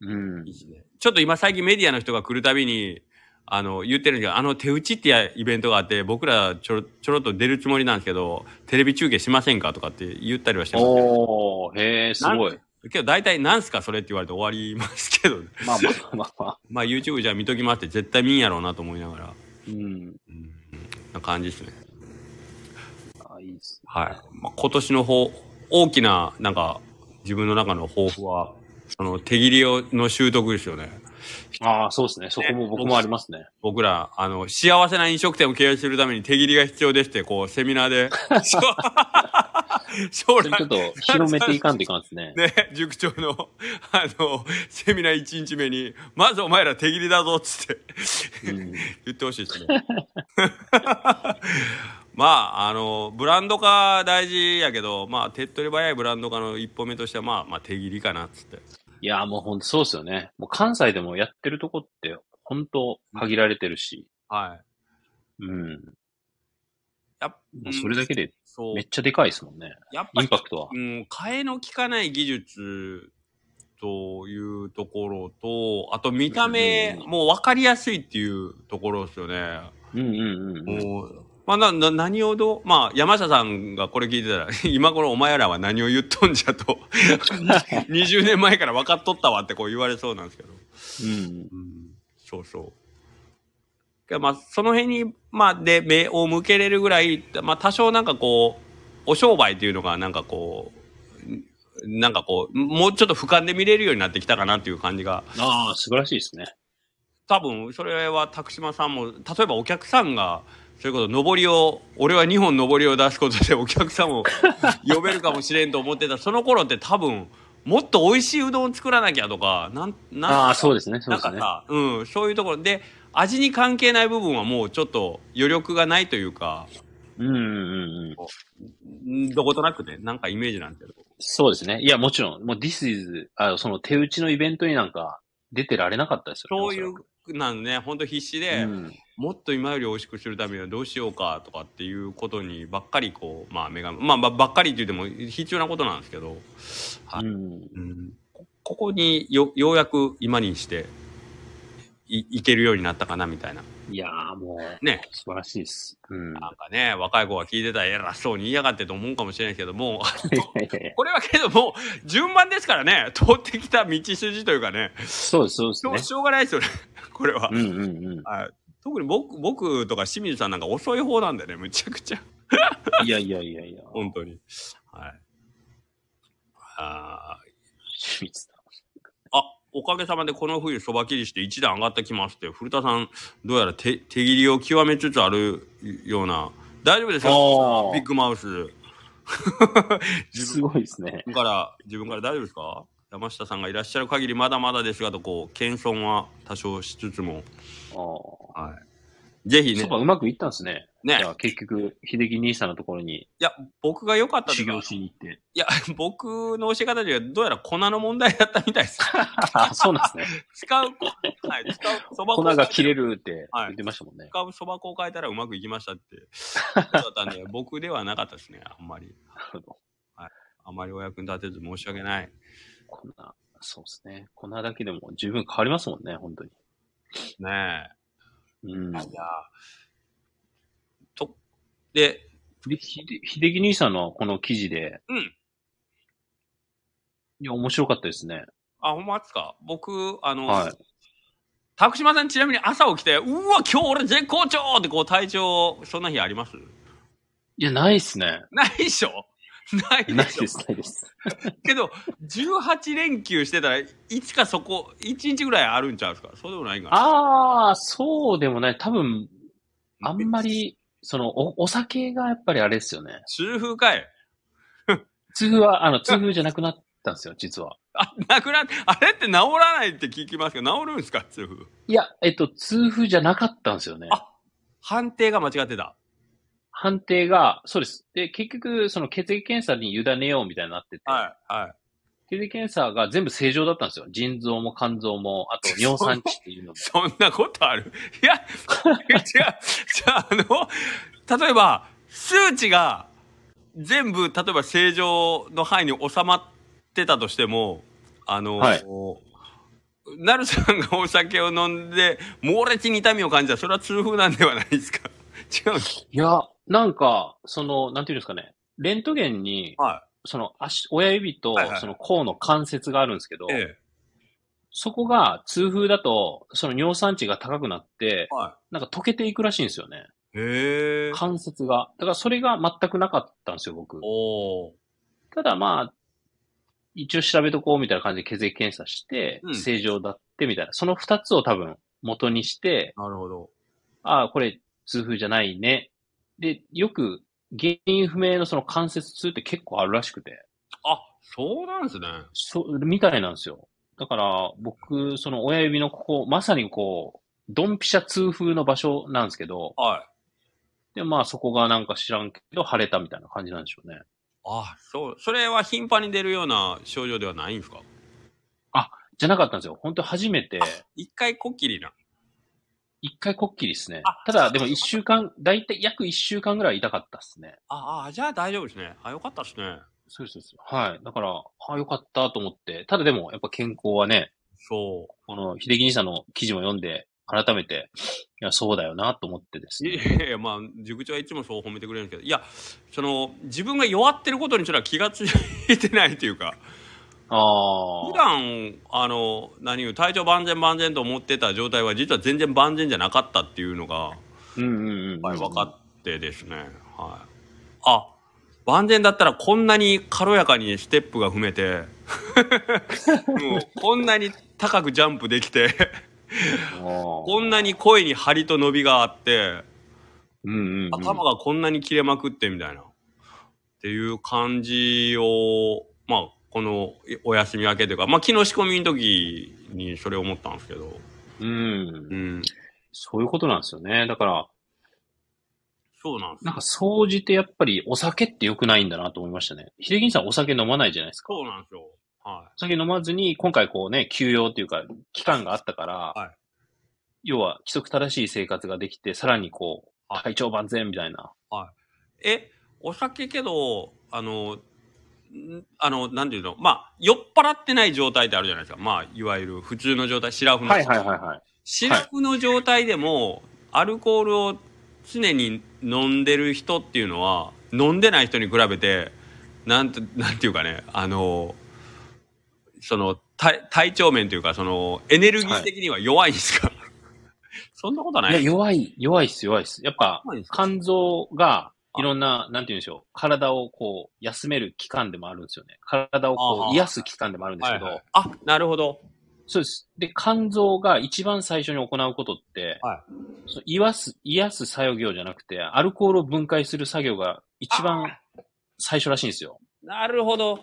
Speaker 2: うん。
Speaker 1: ちょっと今最近メディアの人が来るたびに、あの、言ってるんですけど、あの手打ちってやイベントがあって、僕らちょろちょろっと出るつもりなんですけど、テレビ中継しませんかとかって言ったりはしてますけど
Speaker 2: おー、へえ、すごい。
Speaker 1: けど大体なんすかそれって言われて終わりますけどね。
Speaker 2: まあまあまあまあ。
Speaker 1: まあ YouTube じゃ見ときますって絶対見んやろうなと思いながら、
Speaker 2: うん。
Speaker 1: うん、な感じですね。
Speaker 2: あいいっす。
Speaker 1: はい。まあ、今年の方、大きな、なんか、自分の中の抱負は、その手切りをの習得ですよね。
Speaker 2: ああ、そうですね。そこも僕もありますね。
Speaker 1: 僕ら、あの、幸せな飲食店を経営するために手切りが必要ですって、こう、セミナーで、 将
Speaker 2: それちょ
Speaker 1: 来
Speaker 2: っ、と広めていかんといかんですね。
Speaker 1: ね、塾長の、あの、セミナー1日目に、まずお前ら手切りだぞっつって、
Speaker 2: うん
Speaker 1: 言ってほしいですね。 まあ、あの、ブランド化大事やけど、まあ、手っ取り早いブランド化の一歩目としては、まあ、まあ、手切りかな、つって。
Speaker 2: いや、もうほんとそうですよね。もう関西でもやってるとこって、ほんと限られてるし。
Speaker 1: はい。
Speaker 2: うん。
Speaker 1: やっ
Speaker 2: もうそれだけで
Speaker 1: そう
Speaker 2: めっ。ちゃでかいですもんね。
Speaker 1: やっぱ
Speaker 2: インパクトは。
Speaker 1: うん、替えの利かない技術というところと、あと見た目
Speaker 2: う、ん
Speaker 1: もう分かりやすいっていうところですよね。
Speaker 2: うんうんうんうん。
Speaker 3: もう、
Speaker 1: まあ、なな何をどう、まあ、山下さんがこれ聞いてたら、 今頃お前らは何を言っとんじゃと、20年前から分かっとったわってこう言われそうなんですけど。
Speaker 2: うん。
Speaker 1: うん、そうそう。まあ、その辺に、まあ、で、目を向けれるぐらい、まあ、多少なんかこう、お商売っていうのが、なんかこう、んなんかこう、もうちょっと俯瞰で見れるようになってきたかなっていう感じが、
Speaker 2: ああ、素晴らしいですね。
Speaker 1: 多分、それは、拓島さんも、例えばお客さんが、それこそ、上りを、俺は2本上りを出すことでお客さんを呼べるかもしれんと思ってた、その頃って多分、もっと美味しいうどん作らなきゃとか、なん、なん
Speaker 2: ああ、そうですね。そ
Speaker 1: な
Speaker 2: う
Speaker 1: ん
Speaker 2: です
Speaker 1: か
Speaker 2: ね。
Speaker 1: さ、うん、そういうところで、味に関係ない部分はもうちょっと余力がないというか、
Speaker 2: うんうんうん。
Speaker 1: んどことなくね、なんかイメージなんて
Speaker 2: そうですね。いや、もちろん、もう This is, あその手打ちのイベントになんか出てられなかったですよね。
Speaker 1: そういう、なんね、ほんと必死
Speaker 2: おそ
Speaker 1: で、
Speaker 2: らく。うん。
Speaker 1: もっと今より美味しくするためにはどうしようかとかっていうことにばっかりこう、まあ、目が、まあ、ばばっかりって言っても必要なことなんですけど、はい
Speaker 2: うん、
Speaker 1: こここによようやく今にしていいけるようになったかなみたいな。
Speaker 2: いやーもう、
Speaker 1: ね。
Speaker 2: 素晴らしいです。うん。
Speaker 1: なんかね、若い子が聞いてたら偉そうに言いやがってと思うかもしれないですけども、
Speaker 2: いやいやいや
Speaker 1: これはけども、順番ですからね、通ってきた道筋というかね、
Speaker 2: そうです、そうです
Speaker 1: しょ
Speaker 2: ね
Speaker 1: う。しょうがないですよね、これは
Speaker 2: う。んうんうん。
Speaker 1: はい特に僕僕とか清水さんなんか遅い方なんでね、むちゃくちゃ、
Speaker 2: いやいやいやいや。
Speaker 1: 本当に。はい。あ
Speaker 2: 清水さん
Speaker 1: ーあ、おかげさまでこの冬、そば切りして一段上がってきますって、古田さん、どうやら手手切りを極めつつあるような、大丈夫ですか
Speaker 2: あ
Speaker 1: ビッグマウス。
Speaker 2: あ、すごいですね。
Speaker 1: 自分から、自分から大丈夫ですか山下さんがいらっしゃる限りまだまだですがと、こう、謙遜は多少しつつも、
Speaker 2: ああ。
Speaker 1: はい。ぜひ
Speaker 2: そ
Speaker 1: ね
Speaker 2: う、か、うまくいったんですね。い
Speaker 1: ね
Speaker 2: や、結局、秀樹兄さんのところに
Speaker 1: いや、僕が良かったとい
Speaker 2: 修
Speaker 1: うか
Speaker 2: 行しに行って。
Speaker 1: いや、僕の教え方ではどうやら粉の問題だったみたいです。
Speaker 2: あそうなん ですね。
Speaker 1: 使う粉、はい、使う そば
Speaker 2: 粉
Speaker 1: 粉を
Speaker 2: が切れるって
Speaker 1: はい
Speaker 2: 言ってましたもんね。
Speaker 1: 使うそば粉を変えたらうまくいきま したって、ことだったんで、僕ではなかったですね、あんまり。
Speaker 2: なるほど。
Speaker 1: あまりお役に立てず申し訳ない。
Speaker 2: 粉、そうですね。粉だけでも十分変わりますもんね、本当に。
Speaker 1: ね
Speaker 2: うん
Speaker 1: え。。いや。と、で、
Speaker 2: で、ひで、秀樹兄さんのこの記事で、
Speaker 1: うん。
Speaker 2: いや、面白かったですね。
Speaker 1: あ、ほんまっすか僕、あの、
Speaker 2: はい。
Speaker 1: 徳島さんちなみに朝起きて、うわ、今日俺絶好調ってこう体調、そんな日あります
Speaker 2: いや、ないっすね。
Speaker 1: ないでしょない
Speaker 2: ない
Speaker 1: でしょ
Speaker 2: です、ないです。
Speaker 1: けど、18連休してたら、いつかそこ、1日ぐらいあるんちゃうんですかそうでもないんかな
Speaker 2: ああ、そうでもない。多分、あんま。り、その、お、お酒がやっぱりあれですよね。
Speaker 1: 痛風かい
Speaker 2: 痛風は、あの、痛風じゃなくなったんですよ、実は。
Speaker 1: あ、なくなっあれって治らないって聞きますけど、治るんですか痛風。
Speaker 2: いや、えっと、痛風じゃなかったんですよね。
Speaker 1: あ判定が間違ってた。
Speaker 2: 判定が、そうです。で、結局、その血液検査に委ねようみたいになってて、
Speaker 1: はい、はい。
Speaker 2: 血液検査が全部正常だったんですよ。腎臓も肝臓も、 あと尿酸値っていうのも。
Speaker 1: そんなことあるいや、 違う、じゃあ、あの、例えば、数値が全部、例えば正常の範囲に収まってたとしても、あの、
Speaker 2: はい
Speaker 1: なるさんがお酒を飲んで、猛烈に痛みを感じたら、それは痛風なんではないですか違うんです
Speaker 2: いや、なんか、その、なんていうんですかね。レントゲンに、
Speaker 1: は
Speaker 2: その足、親指と
Speaker 1: はいはい、
Speaker 2: その甲の関節があるんですけど、
Speaker 1: い。え
Speaker 2: そこが痛風だと、その尿酸値が高くなって
Speaker 1: え。、は
Speaker 2: なんか溶けていくらしいんですよね。
Speaker 1: い。へえ。
Speaker 2: 関節が。だからそれが全くなかったんですよ、僕。
Speaker 1: おー。
Speaker 2: ただまあ、一応調べとこうみたいな感じで血液検査して
Speaker 1: うん、
Speaker 2: 正常だってみたいな。その二つを多分元にして、
Speaker 1: なるほど。
Speaker 2: ああ、これ痛風じゃないね。で、よく原因不明のその関節痛って結構あるらしくて、
Speaker 1: あ、そうなんですね。
Speaker 2: そう、みたいなんですよ。だから僕、その親指のここ、まさにこう、ドンピシャ痛風の場所なんですけど、
Speaker 1: はい。
Speaker 2: で、まあそこがなんか知らんけど腫れたみたいな感じなんでしょうね。
Speaker 1: あ、そう。それは頻繁に出るような症状ではないんですか
Speaker 2: じゃなかったんですよ。本当初めて、
Speaker 1: 一回こっきりな。
Speaker 2: 一回こっきりですね
Speaker 1: あ。
Speaker 2: ただ、でも一週間、だいたい約一週間ぐらい痛かったですね。
Speaker 1: ああ、じゃあ大丈夫ですね。あ、よかったですね。
Speaker 2: そうです、そうです。はい。だから、ああ、よかったと思って。ただでも、やっぱ健康はね、
Speaker 1: そ
Speaker 2: この、秀樹兄さんの記事も読んで、改めて、いや、そうだよなと思ってです
Speaker 1: い
Speaker 2: ね。
Speaker 1: やいやまあ塾長はいつもそう褒めてくれるんですけどいやその自分が弱ってることにちょっと気がついてないというか
Speaker 2: あ
Speaker 1: 普
Speaker 2: あ。
Speaker 1: 段あの何よ体調万全万全と思ってた状態は実は全然万全じゃなかったっていうのが
Speaker 2: うんうんうん。
Speaker 1: はい分かってですね、はい、あ万全だったらこんなに軽やかにステップが踏め てもうこんなに高くジャンプできて
Speaker 2: あー
Speaker 1: こんなに声に張りと伸びがあって
Speaker 2: うんうんうん。
Speaker 1: 頭がこんなに切れまくってみたいなっていう感じをまあこのお休み明けというかまあ昨日仕込みの時にそれ思ったんですけど
Speaker 2: うん
Speaker 1: う。ん
Speaker 2: そういうことなんですよね。だから、
Speaker 1: そうなんです
Speaker 2: なんか、総じてやっぱりお酒って良くないんだなと思いましたね。秀樹さんお酒飲まないじゃないですか。
Speaker 1: そうなんですよは
Speaker 2: お酒飲まずに、今回こうね、休養っていうか、期間があったから、
Speaker 1: はい
Speaker 2: 要は規則正しい生活ができて、さらにこう、
Speaker 1: はい
Speaker 2: 体調万全みたいな。
Speaker 1: いえお酒けどあのんあのなんていうのまあ酔っ払ってない状態ってあるじゃないですかまあいわゆる普通の状態シラフの
Speaker 2: はいはいはいはい。
Speaker 1: シラフの状態でも、アルコールを常に飲んでる人っていうのは飲んでない人に比べてなんてなんていうかねあのその体体調面というかそのエネルギー的には弱いんですか、そんなことはない
Speaker 2: いや、弱い、弱いっす、弱いっす。やっぱ、
Speaker 1: 弱いんですか
Speaker 2: 肝臓が、いろんな、なんて言うんでしょう、体をこう、休める期間でもあるんですよね。体を
Speaker 1: あ
Speaker 2: こ
Speaker 1: は
Speaker 2: う、
Speaker 1: は
Speaker 2: 癒す期間でもあるんです
Speaker 1: は
Speaker 2: け
Speaker 1: い
Speaker 2: ど、
Speaker 1: はいあなるほど
Speaker 2: そうです。で、肝臓が一番最初に行うことって、
Speaker 1: は
Speaker 2: そう癒す、癒す作業じゃなくて、アルコールを分解する作業が一番最初らしいんですよ。
Speaker 1: なるほど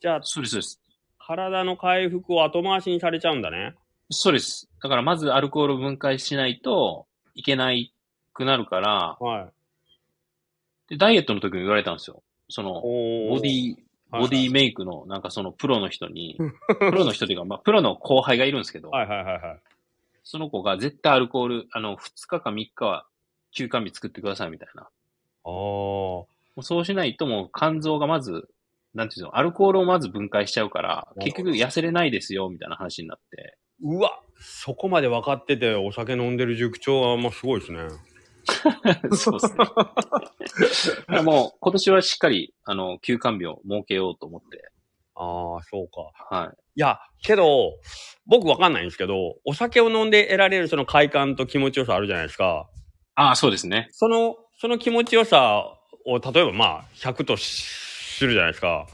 Speaker 1: じゃあ
Speaker 2: そうです、そうです。
Speaker 1: 体の回復を後回しにされちゃうんだね
Speaker 2: そうです。だからまずアルコールを分解しないといけないくなるから、
Speaker 1: はい
Speaker 2: でダイエットの時も言われたんですよ。その、ボ
Speaker 1: ボ
Speaker 2: ディ、
Speaker 1: はい
Speaker 2: ボディメイクの、なんかそのプロの 人に、プロの人というか、まあ、プロの後輩がいるんですけど、
Speaker 1: はいはいはいはい
Speaker 2: その子が絶対アルコール、あの、2日か3日は休館日作ってくださいみたいな。
Speaker 1: おー
Speaker 2: もうそうしないともう肝臓がまず、なんていうの、アルコールをまず分解しちゃうから、
Speaker 1: なる
Speaker 2: 結
Speaker 1: ほど
Speaker 2: 局痩せれないですよ、みたいな話にな って。
Speaker 1: うわそこまで分かっててお酒飲んでる塾長はもうすごいですね。
Speaker 2: そうですね。だからもう今年はしっかり、あの、休館日を設けようと思って。
Speaker 1: ああ、そうか。
Speaker 2: はい。
Speaker 1: いや、けど、僕分かんないんですけど、お酒を飲んで得られるその快感と気持ちよさあるじゃないですか。
Speaker 2: ああ、そうですね。
Speaker 1: その、その気持ちよさを、例えばまあ、100としするじゃないですか。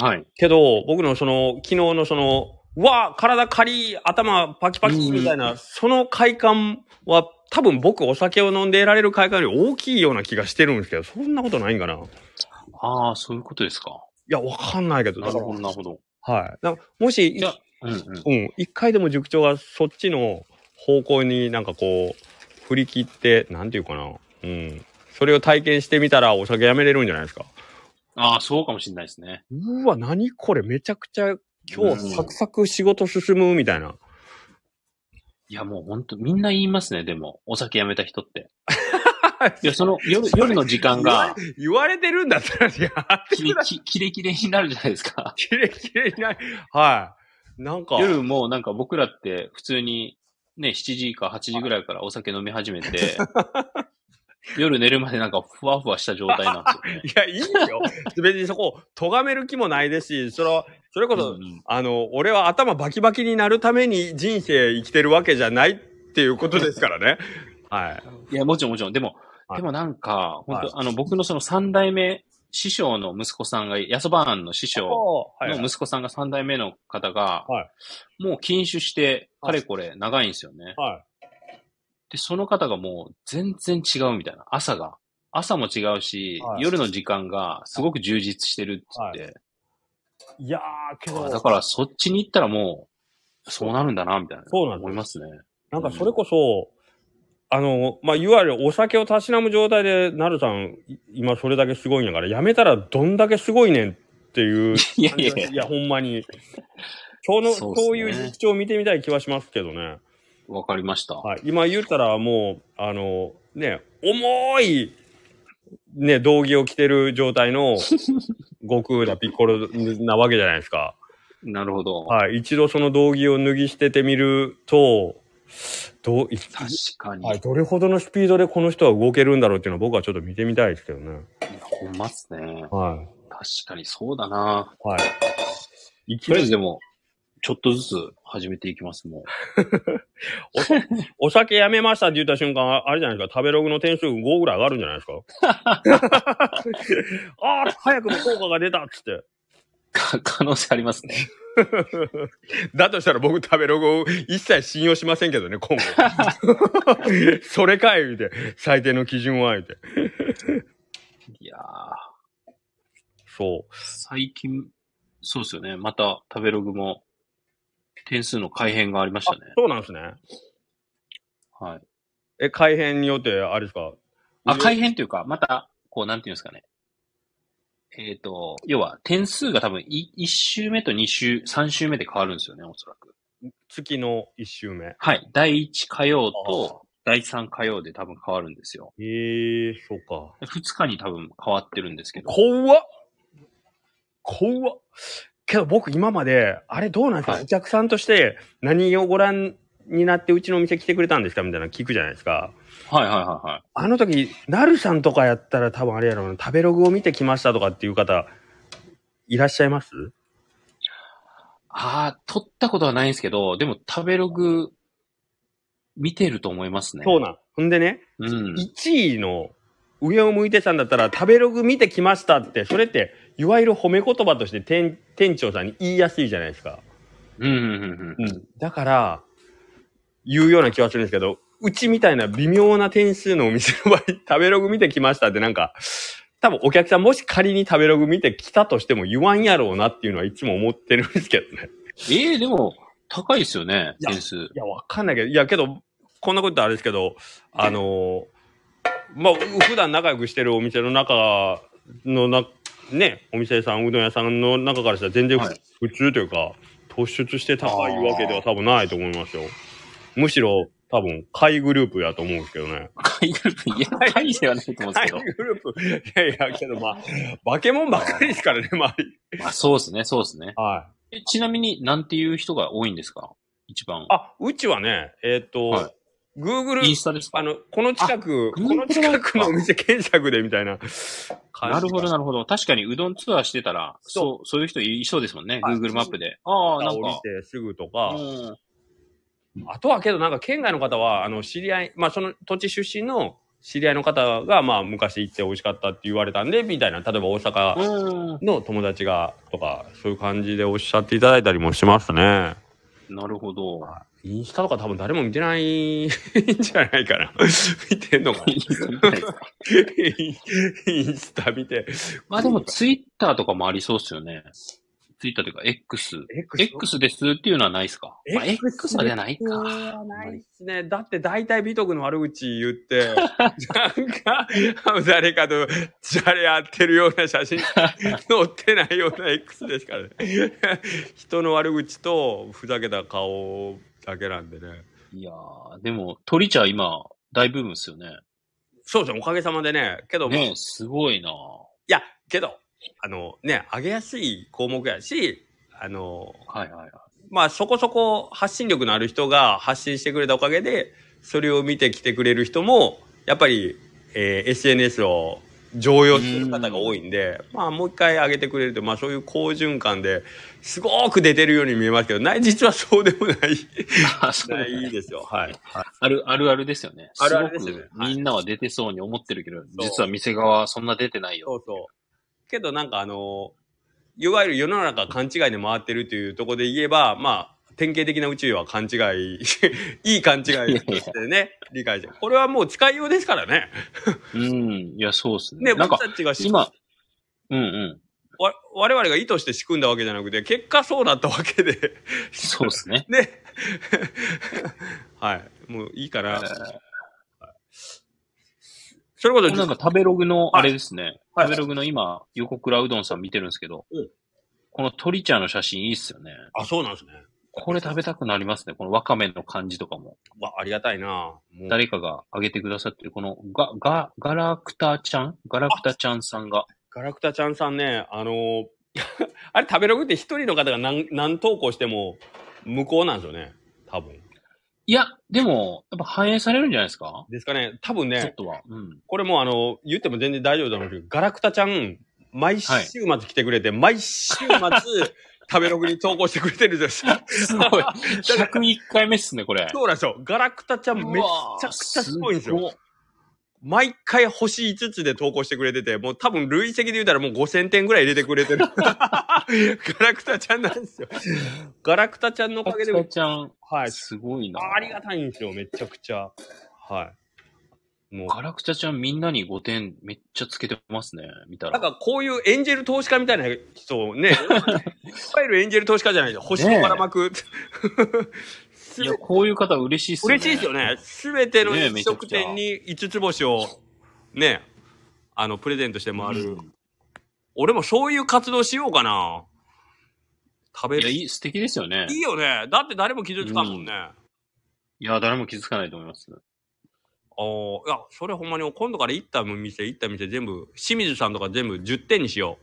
Speaker 2: はい。
Speaker 1: けど、僕のその、昨日のその、うわ体軽い、頭パキパキみたいな、その快感は、多分僕お酒を飲んで得られる快感より大きいような気がしてるんですけど、そんなことないんかな。
Speaker 2: ああ、そういうことですか。
Speaker 1: いや、わかんないけど、
Speaker 2: な
Speaker 1: だか
Speaker 2: る
Speaker 1: ら
Speaker 2: ほど、なるほど。
Speaker 1: はい。だからもし、い
Speaker 2: やうんうん。
Speaker 1: うん、一回でも塾長がそっちの方向になんかこう、振り切って、なんていうかな、うん。それを体験してみたらお酒やめれるんじゃないですか。
Speaker 2: ああ、そうかもしれないですね。
Speaker 1: うわ、何これ、めちゃくちゃ、今
Speaker 2: うん
Speaker 1: 日サクサク仕事進むみたいな。
Speaker 2: いや、もう本当みんな言いますね、でも。お酒やめた人って。 いや、その夜、夜の時間 が、
Speaker 1: 言われてるんだったら、いや、
Speaker 2: キレキキレキレになるじゃないですか。
Speaker 1: キレキレにない。はい。なんか、
Speaker 2: 夜もなんか僕らって普通にね、7時か8時ぐらいからお酒飲み始 めて、夜寝るまでなんかふわふわした状態なんですよね。
Speaker 1: いや、いいよ。別にそこ、咎める気もないですし、それは、それこそ、
Speaker 2: うんうん
Speaker 1: あの、俺は頭バキバキになるために人生生きてるわけじゃないっていうことですからね。はい。
Speaker 2: いや、もちろんもちろん。でも、
Speaker 1: はい
Speaker 2: でもなんか、本
Speaker 1: は
Speaker 2: 当、
Speaker 1: い
Speaker 2: あの、僕のその3代目師匠の息子さんが、ヤソバーンの師匠
Speaker 1: はい、
Speaker 2: の息子さんが3代目の方が、
Speaker 1: は
Speaker 2: もう禁酒して、
Speaker 1: は
Speaker 2: か
Speaker 1: い
Speaker 2: れこれ長いんですよね。
Speaker 1: はい。
Speaker 2: で、その方がもう全然違うみたいな。朝が。朝も違うし、
Speaker 1: はい
Speaker 2: 夜の時間がすごく充実してるって言って、
Speaker 1: いやー、けど、
Speaker 2: あだからそっちに行ったらもう、そうなるんだな、みたいな。
Speaker 1: そうなんです
Speaker 2: 思いますね。
Speaker 1: なんかそれこそ、あの、まあ、いわゆるお酒をたしなむ状態で、なるさん、い今それだけすごいんやから、やめたらどんだけすごいねんっていう。
Speaker 2: いやいやい
Speaker 1: い
Speaker 2: や、
Speaker 1: や、ほんまに。今日の、
Speaker 2: そうっすね
Speaker 1: そういう実況を見てみたい気はしますけどね。
Speaker 2: わかりました。
Speaker 1: はい、今言ったらもう、あの、ね、重い、ね、道着を着てる状態 の悟空だピッコロなわけじゃないですか。
Speaker 2: なるほど。
Speaker 1: はい、一度その道着を脱ぎ捨ててみると、どうい
Speaker 2: 確かに。
Speaker 1: はい、どれほどのスピードでこの人は動けるんだろうっていうのは僕はちょっと見てみたいですけどね。
Speaker 2: ほんまっすね。
Speaker 1: は
Speaker 2: 確かにそうだな。
Speaker 1: い。はい。
Speaker 2: とりあえずでも、ちょっとずつ始めていきます、もう。
Speaker 1: お酒やめましたって言った瞬間、あれじゃないですか、食べログの点数5ぐらい上がるんじゃないですか ああ、早くも効果が出たっつって。
Speaker 2: か 可能性ありますね。
Speaker 1: だとしたら僕食べログを一切信用しませんけどね、今 後。それかい、言うて。最低の基準をあえて。
Speaker 2: いやー、
Speaker 1: そ
Speaker 2: 最近、そうですよね。また食べログも点数の改変がありました
Speaker 1: う。
Speaker 2: ね。
Speaker 1: そうなんですね。
Speaker 2: はい。
Speaker 1: え、改編によって、あれですか
Speaker 2: あ、改変というか、また、こう、なんていうんですかね。えっ、と、要は、点数が多分い、1週目と2週、3週目で変わるんですよね、おそらく。
Speaker 1: 月の一周目。
Speaker 2: はい。第1火曜と、第3火曜で多分変わるんですよ。
Speaker 1: へえー、そうか。
Speaker 2: 2日に多分変わってるんですけど。
Speaker 1: 怖っ怖っけど僕今まで、あれどうなんですか、
Speaker 2: はい
Speaker 1: お客さんとして何をご覧になってうちのお店来てくれたんですかみたいなの聞くじゃないですか。
Speaker 2: はいはいはいはい。
Speaker 1: あの時、なるさんとかやったら多分あれやろうな、食べログを見てきましたとかっていう方、いらっしゃいます
Speaker 2: ああ、撮ったことはないんですけど、でも食べログ、見てると思いますね。
Speaker 1: そうなん。ほんでね、
Speaker 2: うん。
Speaker 1: 1位の上を向いてさんだったら食べログ見てきましたって、それって、いわゆる褒め言葉として店店長さんに言いやすいじゃないですか。
Speaker 2: うんうんうんうん。
Speaker 1: だから、言うような気はするんですけど、うちみたいな微妙な点数のお店の場合、 食べログ見てきましたってなんか、多分お客さんもし仮に食べログ見てきたとしても言わんやろうなっていうのはいつも思ってるんですけどね。
Speaker 2: ええでも、高いですよね、
Speaker 1: いや
Speaker 2: 点数。
Speaker 1: いや、わかんないけど、いやけど、こんなこと言ったらあれですけど、あのーまあ、普段仲良くしてるお店の中のな、ね、お店さん、うどん屋さんの中からしたら全然ふ、
Speaker 2: はい
Speaker 1: 普通というか、突出して高いわけでは多分ないと思いますよ。むしろ、多分、下位グループやと思うんですけどね。
Speaker 2: 高いグループ、いや、高いではないと思うん
Speaker 1: 下
Speaker 2: ですけ
Speaker 1: 位
Speaker 2: ど。
Speaker 1: グループいやいや、けどまあ、化け物ばっかりですからね、まあ。
Speaker 2: まあ、そうですね、そうですね。
Speaker 1: はい。
Speaker 2: えちなみに、なんていう人が多いんですか一番。
Speaker 1: あ、うちはね、えっ、と、
Speaker 2: は
Speaker 1: Google
Speaker 2: インスタですか
Speaker 1: あの、この近く、
Speaker 2: あ
Speaker 1: この近くのお店検索でみたいな感じ。
Speaker 2: なるほど、なるほど。確かに、うどんツアーしてたら、そう、そういう人いそうですもんね。
Speaker 1: はい
Speaker 2: Google マップで。ああ、
Speaker 1: 降
Speaker 2: なん
Speaker 1: り
Speaker 2: か。
Speaker 1: てすぐとか、
Speaker 2: うん
Speaker 1: あとはけどなんか県外の方は、あの、知り合い、まあその土地出身の知り合いの方が、まあ昔行って美味しかったって言われたんで、みたいな、例えば大阪
Speaker 2: うん。
Speaker 1: の友達がとか、そういう感じでおっしゃっていただいたりもしますね。
Speaker 2: なる ほど。
Speaker 1: インスタとか多分誰も見てないんじゃないかな。 見てんの かなインスタ見て。
Speaker 2: まあでも、ツイッターとかもありそうですよね。ツイッターというか、X。X ですっていうのはないですか、まあ、X はじゃないか。
Speaker 1: ないっすね。だって大体美徳の悪口言って、なんか、誰かとじゃれ合ってるような写真載ってないような X ですからね。 人の悪口とふざけた顔だけなんでね。
Speaker 2: いやー、でも、鳥茶今、大ブームですよね。
Speaker 1: そうですね、おかげさまでね。けど、まあ
Speaker 2: ねえすごいなー
Speaker 1: いや、けど、あのね、上げやすい項目やし、あの、
Speaker 2: は いはいはい。
Speaker 1: まあそこそこ発信力のある人が発信してくれたおかげで、それを見てきてくれる人も、やっぱり、えー SNS を常用する方が多いんで、まあもう一回上げてくれると、まあそういう好循環ですごく出てるように見えますけど、ない、実はそうでもない、
Speaker 2: あそ う
Speaker 1: な
Speaker 2: だね
Speaker 1: いですよ。はい。
Speaker 2: ある、あるあるですよね。
Speaker 1: あるあるです
Speaker 2: す
Speaker 1: よ
Speaker 2: ご
Speaker 1: ね
Speaker 2: く
Speaker 1: はい
Speaker 2: みんなは出てそうに思ってるけど、実は店側はそんな出てない
Speaker 1: そ
Speaker 2: よ。
Speaker 1: うそう。けどなんかあの、いわゆる世の中勘違いで回ってるというところで言えば、まあ、典型的な宇宙は勘違い、 いい勘違いとしてね、理解して。これはもう使いようですからね。
Speaker 2: うん。いや、そうですね。
Speaker 1: ね、
Speaker 2: なん
Speaker 1: 僕
Speaker 2: か、
Speaker 1: たちがし
Speaker 2: 今、うんうん。
Speaker 1: わ我々が意図して仕組んだわけじゃなくて、結果そうなったわけで、
Speaker 2: そうですね。
Speaker 1: ね。 はい。もういいか
Speaker 2: え
Speaker 1: ら。
Speaker 2: ー
Speaker 1: それこそ、
Speaker 2: なんか食べログ
Speaker 1: は
Speaker 2: の、
Speaker 1: い
Speaker 2: あれですね。
Speaker 1: はい
Speaker 2: 食べログの今、横倉うどんさん見てるんですけど、
Speaker 1: うん
Speaker 2: この鳥茶の写真いいっすよね。
Speaker 1: あ、そうなんですね。
Speaker 2: これ食べたくなりますね。このわかめの感じとかも。
Speaker 1: わ、ありがたいなもう
Speaker 2: 誰かが上げてくださってる、このガ、ガ、ガラクタちゃんガラクタちゃんさんが。
Speaker 1: ガラクタちゃんさんね、あのー あれ食べログって一人の方が何何投稿しても無効なんですよね。多分。
Speaker 2: いや、でも、やっぱ反映されるんじゃないですか
Speaker 1: ですかね。多分
Speaker 2: ちょっ
Speaker 1: ね、
Speaker 2: とは。うん。
Speaker 1: これもうあの、言っても全然大丈夫だろうけど、ガラクタちゃん、毎週末来てくれて、毎週末、食べログに投稿してくれてるんですよ。
Speaker 2: すごい。101回目っすね、これ。
Speaker 1: そうなんですよ。ガラクタちゃんめっちゃくちゃすごいんですよ。毎回星5つで投稿してくれてて、もう多分累積で言うたらもう5000点ぐらい入れてくれ てる。ガラクタちゃんなんですよ。ガラクタちゃんのお
Speaker 2: お
Speaker 1: かげで、
Speaker 2: かちゃん、
Speaker 1: はい。
Speaker 2: すごいな。
Speaker 1: ありがたいんですよ、めちゃくちゃ。はい。もう。
Speaker 2: ガラクチャちゃんみんなに5点めっちゃつけてますね、見た
Speaker 1: な
Speaker 2: ら。
Speaker 1: んかこういうエンジェル投資家みたいな人を ね、いわゆるエンジェル投資家じゃないですよ。星をばらまく。す
Speaker 2: い
Speaker 1: べ
Speaker 2: や、こういう方嬉しいっすよね。
Speaker 1: 嬉しいですよね。すべての
Speaker 2: ねえ
Speaker 1: 飲
Speaker 2: めちゃ
Speaker 1: 食
Speaker 2: くちゃ
Speaker 1: 店に5つ星をね、あの、プレゼントして回る。
Speaker 2: うん
Speaker 1: 俺もそういう活動しようかな。食べ
Speaker 2: いや、
Speaker 1: る。い
Speaker 2: いい素敵ですよね。
Speaker 1: いよね。だって誰も傷つかんもんね。
Speaker 2: いや、誰も気づかないと思います。
Speaker 1: おーいや、それほんまに今度から行った店、行った店全部、清水さんとか全部10点にしよ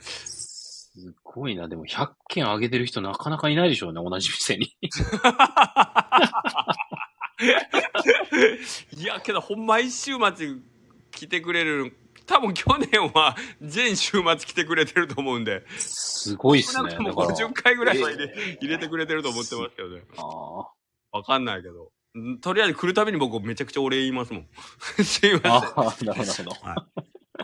Speaker 2: すごいな。でも100件あげてる人なかなかいないでしょうね、同じ店に。
Speaker 1: う。いや、けどほんま一週末来てくれる。多分去年は全週末来てくれてると思うんで。
Speaker 2: すごいっす
Speaker 1: 少な
Speaker 2: ね。
Speaker 1: く
Speaker 2: だ
Speaker 1: と
Speaker 2: か
Speaker 1: も
Speaker 2: ら。
Speaker 1: 50回ぐらいは入れ入れてくれてると思ってますけどね。
Speaker 2: あ
Speaker 1: わかんないけど。んとりあえず来るたびに僕めちゃくちゃお礼言いますもん。 すいません。
Speaker 2: ーあー、なるほどなるほど。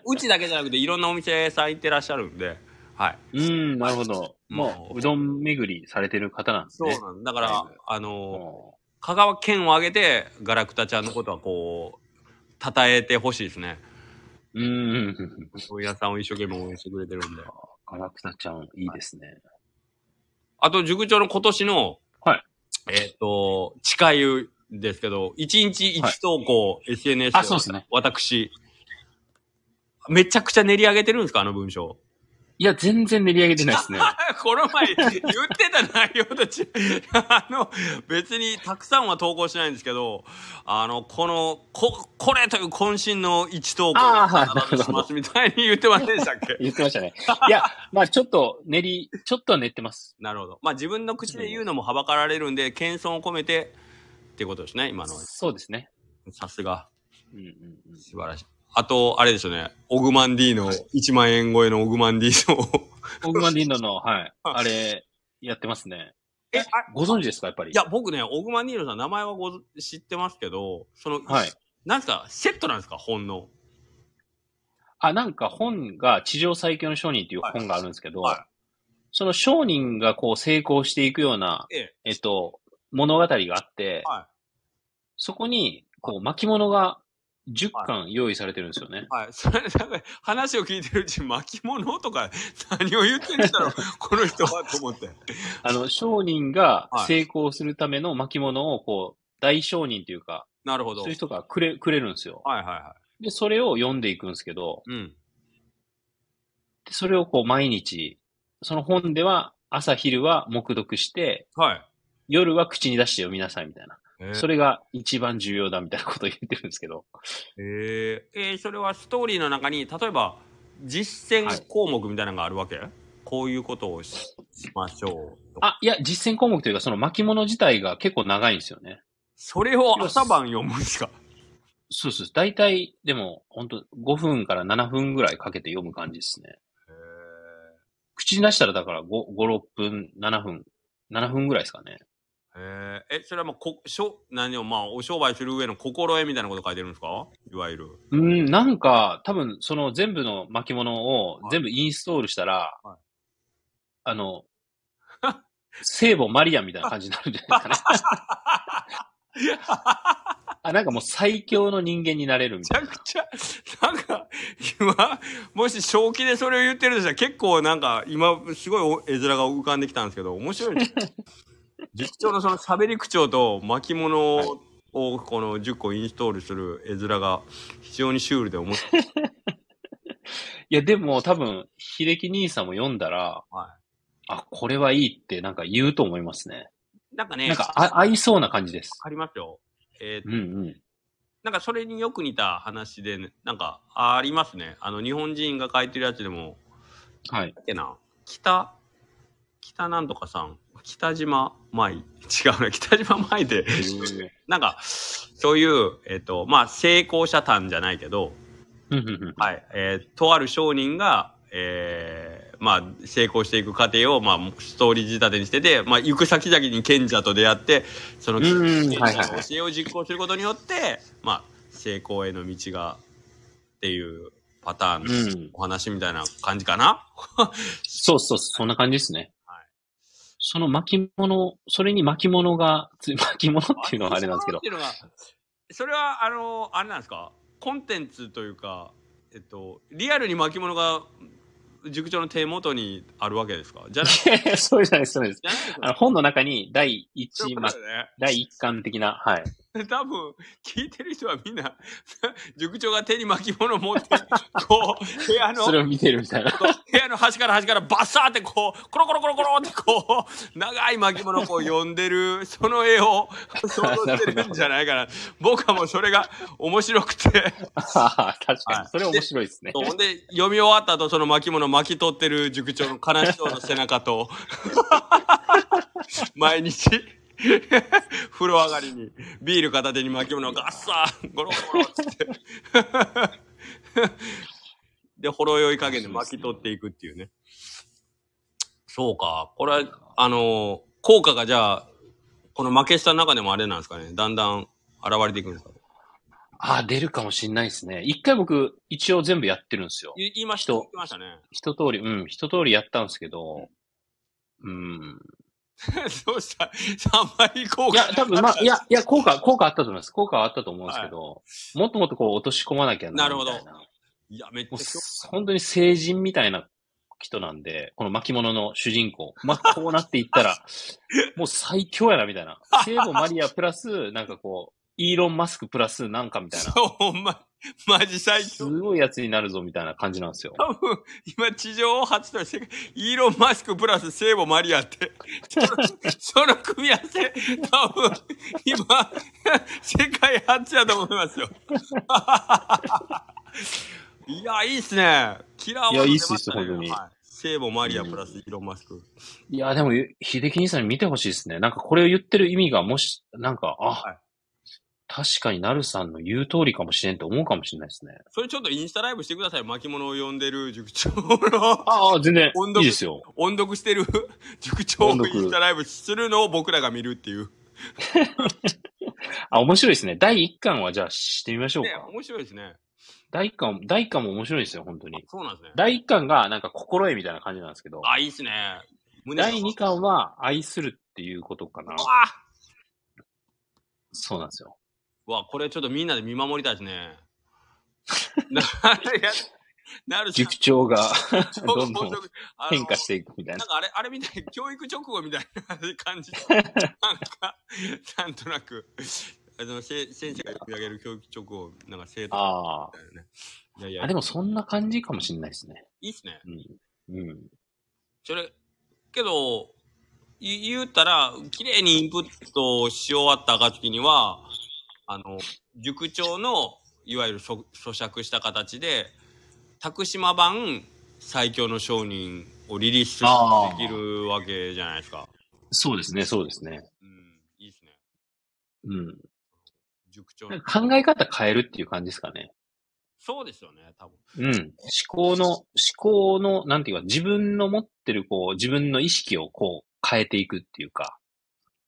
Speaker 1: うちだけじゃなくていろんなお店さん行ってらっしゃるんで。はい。
Speaker 2: うん、なるほど。もう、うどん巡りされてる方なんです
Speaker 1: そう
Speaker 2: ね。
Speaker 1: なんだから、あの
Speaker 2: も
Speaker 1: 香川県を挙げてガラクタちゃんのことはこう、称えてほしいですね。
Speaker 2: ううん。
Speaker 1: お屋さんを一生懸命応援してくれてるんで。
Speaker 2: ガラクタちゃん、いいですね。
Speaker 1: あと、塾長の今年の、
Speaker 2: はい
Speaker 1: えっ、と、誓いですけど、1日1投稿、SNS を
Speaker 2: あ、そうですね。
Speaker 1: 私、めちゃくちゃ練り上げてるんですかあの文章。
Speaker 2: いや、全然練り上げてないですね。
Speaker 1: この前言ってた内容と違う。 あの、別にたくさんは投稿しないんですけど、あの、この、こ、これという渾身の1投稿
Speaker 2: あーはい
Speaker 1: 必ずしますみたいに言ってませんでしたっけ
Speaker 2: 言ってましたね。 いや、まあちょっと練り、ちょっとは練ってます。
Speaker 1: なるほど。まあ自分の口で言うのもはばかられるんで、謙遜を込めてってことですね、今のは。
Speaker 2: そうですね。
Speaker 1: さすが。
Speaker 2: うんうんうん。
Speaker 1: 素晴らしい。あと、あれですよね。オグマンディーの、1万円超えのオグマンディーの。
Speaker 2: オグマンディーノの、はい。 あれ、やってますね。
Speaker 1: え、あ
Speaker 2: ご存知ですか、やっぱり。
Speaker 1: いや、僕ね、オグマンディーノさん名前はごぞ知ってますけど、その、
Speaker 2: はい。
Speaker 1: なんすか、セットなんですか、本の。
Speaker 2: あ、なんか本が、地上最強の商人っていう本があるんですけど、
Speaker 1: はいは
Speaker 2: その商人がこう成功していくような、
Speaker 1: ええ。
Speaker 2: えっと、物語があって、
Speaker 1: は
Speaker 2: そこに、こう巻物が10巻用意されてるんですよね。
Speaker 1: はい。それ、なんか、話を聞いてるうち、巻物とか、何を言ってん だろう、この人は、と思って。
Speaker 2: あの、商人が
Speaker 1: はい
Speaker 2: 成功するための巻物を、こう、大商人というか、
Speaker 1: なるほど。
Speaker 2: そう
Speaker 1: はい
Speaker 2: いう人がくれ、くれるんですよ。
Speaker 1: はいは
Speaker 2: で、それを読んでいくんですけど、
Speaker 1: い。うん。
Speaker 2: でそれをこう毎日、その本では朝昼は黙読して、
Speaker 1: はい。
Speaker 2: 夜は口に出して読みなさいみたいな。
Speaker 1: えー
Speaker 2: それが一番重要だみたいなことを言ってるんですけ ど。
Speaker 1: えーえーそれはストーリーの中に、例えば、実
Speaker 2: は
Speaker 1: 践
Speaker 2: い
Speaker 1: 項目みたいなのがあるわけ、こういうことをししましょうとか。
Speaker 2: あ、いや、実践項目というかその巻物自体が結構長いんですよね。
Speaker 1: それを朝晩読むんですか
Speaker 2: そうそう。大体、でも、本当5分から7分ぐらいかけて読む感じですね。
Speaker 1: え
Speaker 2: 口に出したらだから5、5、6分、7分、7分ぐらいですかね。
Speaker 1: えーえ、それはもうこ、しょ、何を、まあ、お商売する上の心得みたいなこと書いてるんですかいわゆる。
Speaker 2: うん、なんか、多分、その全部の巻物を全部インストールしたら、
Speaker 1: はい
Speaker 2: あの、聖母マリアみたいな感じになるんじゃないですかね。 あ、なんかもう最強の人間になれるみ
Speaker 1: めち
Speaker 2: たい
Speaker 1: ゃ
Speaker 2: な。
Speaker 1: くちゃ、なんか、今、もし正気でそれを言ってるとしたら、結構なんか、今、すごいお絵面が浮かんできたんですけど、面 白いですね。塾長のその喋り口調と巻物を、この10個インストールする絵面が非常にシュールで面白い。
Speaker 2: いや、でも多分、秀樹兄さんも読んだら、
Speaker 1: は
Speaker 2: あ、これはいいってなんか言うと思いますね。
Speaker 1: い、なんかね、
Speaker 2: なんか、あ合いそうな感じです。
Speaker 1: ありますよ。えー
Speaker 2: うんうん。
Speaker 1: なんかそれによく似た話で、ね、なんかありますね。あの日本人が書いてるやつでも、
Speaker 2: は
Speaker 1: な
Speaker 2: い。
Speaker 1: んだっけな、北、北なんとかさん、北島舞、違うね、北島舞で、なんか、そういう、えっ、と、まあ、成功者譚じゃないけど、
Speaker 2: うんうんうん
Speaker 1: はい、えーとある商人が、えーまあ、成功していく過程を、まあ、ストーリー仕立てにしてて、まあ、行く先々に賢者と出会って、その
Speaker 2: うんうん
Speaker 1: 賢者
Speaker 2: はいはい
Speaker 1: の
Speaker 2: はい
Speaker 1: 教えを実行することによって、まあ、成功への道が、っていうパターン
Speaker 2: うん
Speaker 1: のお話みたいな感じかな、
Speaker 2: そうそう、そんな感じですね。
Speaker 1: はい
Speaker 2: その巻物、それに巻物がつ、 巻物っていうのはあれなんですけど
Speaker 1: っ、ていうのがそれはあのあれなんですかコンテンツというかえっとリアルに巻物が塾長の手元にあるわけですか じゃない
Speaker 2: いやいやそうじゃないです、そうじゃないです。
Speaker 1: じゃないです
Speaker 2: あの
Speaker 1: か
Speaker 2: 本の中に第一
Speaker 1: そういうこ
Speaker 2: 巻
Speaker 1: と、だよ
Speaker 2: 第一巻的な、はい。
Speaker 1: ね多分聞いてる人はみんな 塾長が手に巻物を持ってこう部屋の
Speaker 2: それを見てるみたい な。
Speaker 1: 部屋の端から端からバッサーってこうコロコロコロコロってこう長い巻物をこう読んでるその絵を想像してるんじゃないかな僕はもうそれが面白くて。
Speaker 2: 確か
Speaker 1: はい
Speaker 2: に。それ面白いですね。
Speaker 1: そうほんで読み終わった後その巻物巻き取ってる塾長の悲しそうな背中と 毎日風呂上がりにビール片手に巻物ガッサーゴロゴロっつってでほろ酔い加減で巻き取っていくっていうねそうかこれはあのー効果がじゃあこの負けした中でもあれなんですかねだんだん現れていくんですか
Speaker 2: あ、出るかもしんないですね。一回僕、一応全部やってるんですよ。
Speaker 1: い言いました
Speaker 2: 人
Speaker 1: 言いましたね
Speaker 2: 一通り、うん、一通りやったんですけど、うん。
Speaker 1: どうした3倍効
Speaker 2: い
Speaker 1: 果
Speaker 2: や、多分、まあ、いや、いや、効果、効果あったと思います。効果はあったと思うんですけど、もっともっとこう落とし込まなきゃ
Speaker 1: なるほど
Speaker 2: みたいも
Speaker 1: いや、めっち
Speaker 2: う
Speaker 1: ゃ興
Speaker 2: 本当に成人みたいな人なんで、この巻物の主人公。まあ、こうなっていっ たら、もう最強やな、みたいな。聖母マリアプラス、なんかこう、イーロン・マスクプラスなんかみたいな。
Speaker 1: そう、ほんま、マジ最
Speaker 2: す
Speaker 1: 強。
Speaker 2: ごいやつになるぞ、みたいな感じなんですよ。
Speaker 1: 多分、今、地上初として、イーロン・マスクプラス聖母マリアって、 そのその組み合わせ、多分、今、世界初やと思いますよ。 いや、いいっすね。キラーワード
Speaker 2: いやいいっ
Speaker 1: 出
Speaker 2: す
Speaker 1: ましたね
Speaker 2: いいっす本当に
Speaker 1: はい聖母マリアプラスイーロン・マスク。
Speaker 2: いや、でも、秀樹兄さんに見てほしいですね。なんかこれを言ってる意味が、もし、なんか、あ、
Speaker 1: はい
Speaker 2: 確かになるさんの言う通りかもしれんと思うかもしれないですね。
Speaker 1: それちょっとインスタライブしてください。巻物を呼んでる塾長の。
Speaker 2: ああ、全然
Speaker 1: 音、
Speaker 2: い
Speaker 1: 読
Speaker 2: いですよ。
Speaker 1: 音読してる 塾長
Speaker 2: 音
Speaker 1: の
Speaker 2: 読
Speaker 1: インスタライブするのを僕らが見るっていう。
Speaker 2: あ、面白いですね。第1巻はじゃあしてみましょうか。
Speaker 1: ね、面白いですね。
Speaker 2: 第1巻、第一巻も面白いですよ、本当に。
Speaker 1: そうなんですね。
Speaker 2: 第1巻がなんか心得みたいな感じなんですけど、
Speaker 1: あ、いいっすね。胸が
Speaker 2: 第2巻は愛するっていうことか
Speaker 1: う。
Speaker 2: な
Speaker 1: わ
Speaker 2: そうなんですよ。
Speaker 1: うわ、これちょっとみんなで見守りたいです ね。ないやなる
Speaker 2: 塾長が
Speaker 1: 長
Speaker 2: どんどん
Speaker 1: あの
Speaker 2: 変化していくみたい
Speaker 1: な
Speaker 2: な。
Speaker 1: んかあれ、あれみたい、教育直後みたいな感 じ。なんか、なんとなく、あの、せ先生が呼び上げる教育直後、なんか生徒み
Speaker 2: あ
Speaker 1: たいなね。いやい
Speaker 2: ー
Speaker 1: や
Speaker 2: あ。、でもそんな感じかもしれないですね。
Speaker 1: いいっすね。
Speaker 2: うん。
Speaker 1: それ、けど、い言うたら、綺麗にインプットし終わった暁には、あの、塾長の、いわゆるそ咀嚼した形で、徳島版最強の商人をリリース
Speaker 2: あー
Speaker 1: できるわけじゃないですか。
Speaker 2: そうですね、そうですね。
Speaker 1: うん、いいですね。
Speaker 2: うん。
Speaker 1: 塾長の
Speaker 2: なん。か考え方変えるっていう感じですかね。
Speaker 1: そうですよね、多分。
Speaker 2: うん。思考の、思考の、なんていうか、自分の持ってる、こう、自分の意識をこう、変えていくっていうか。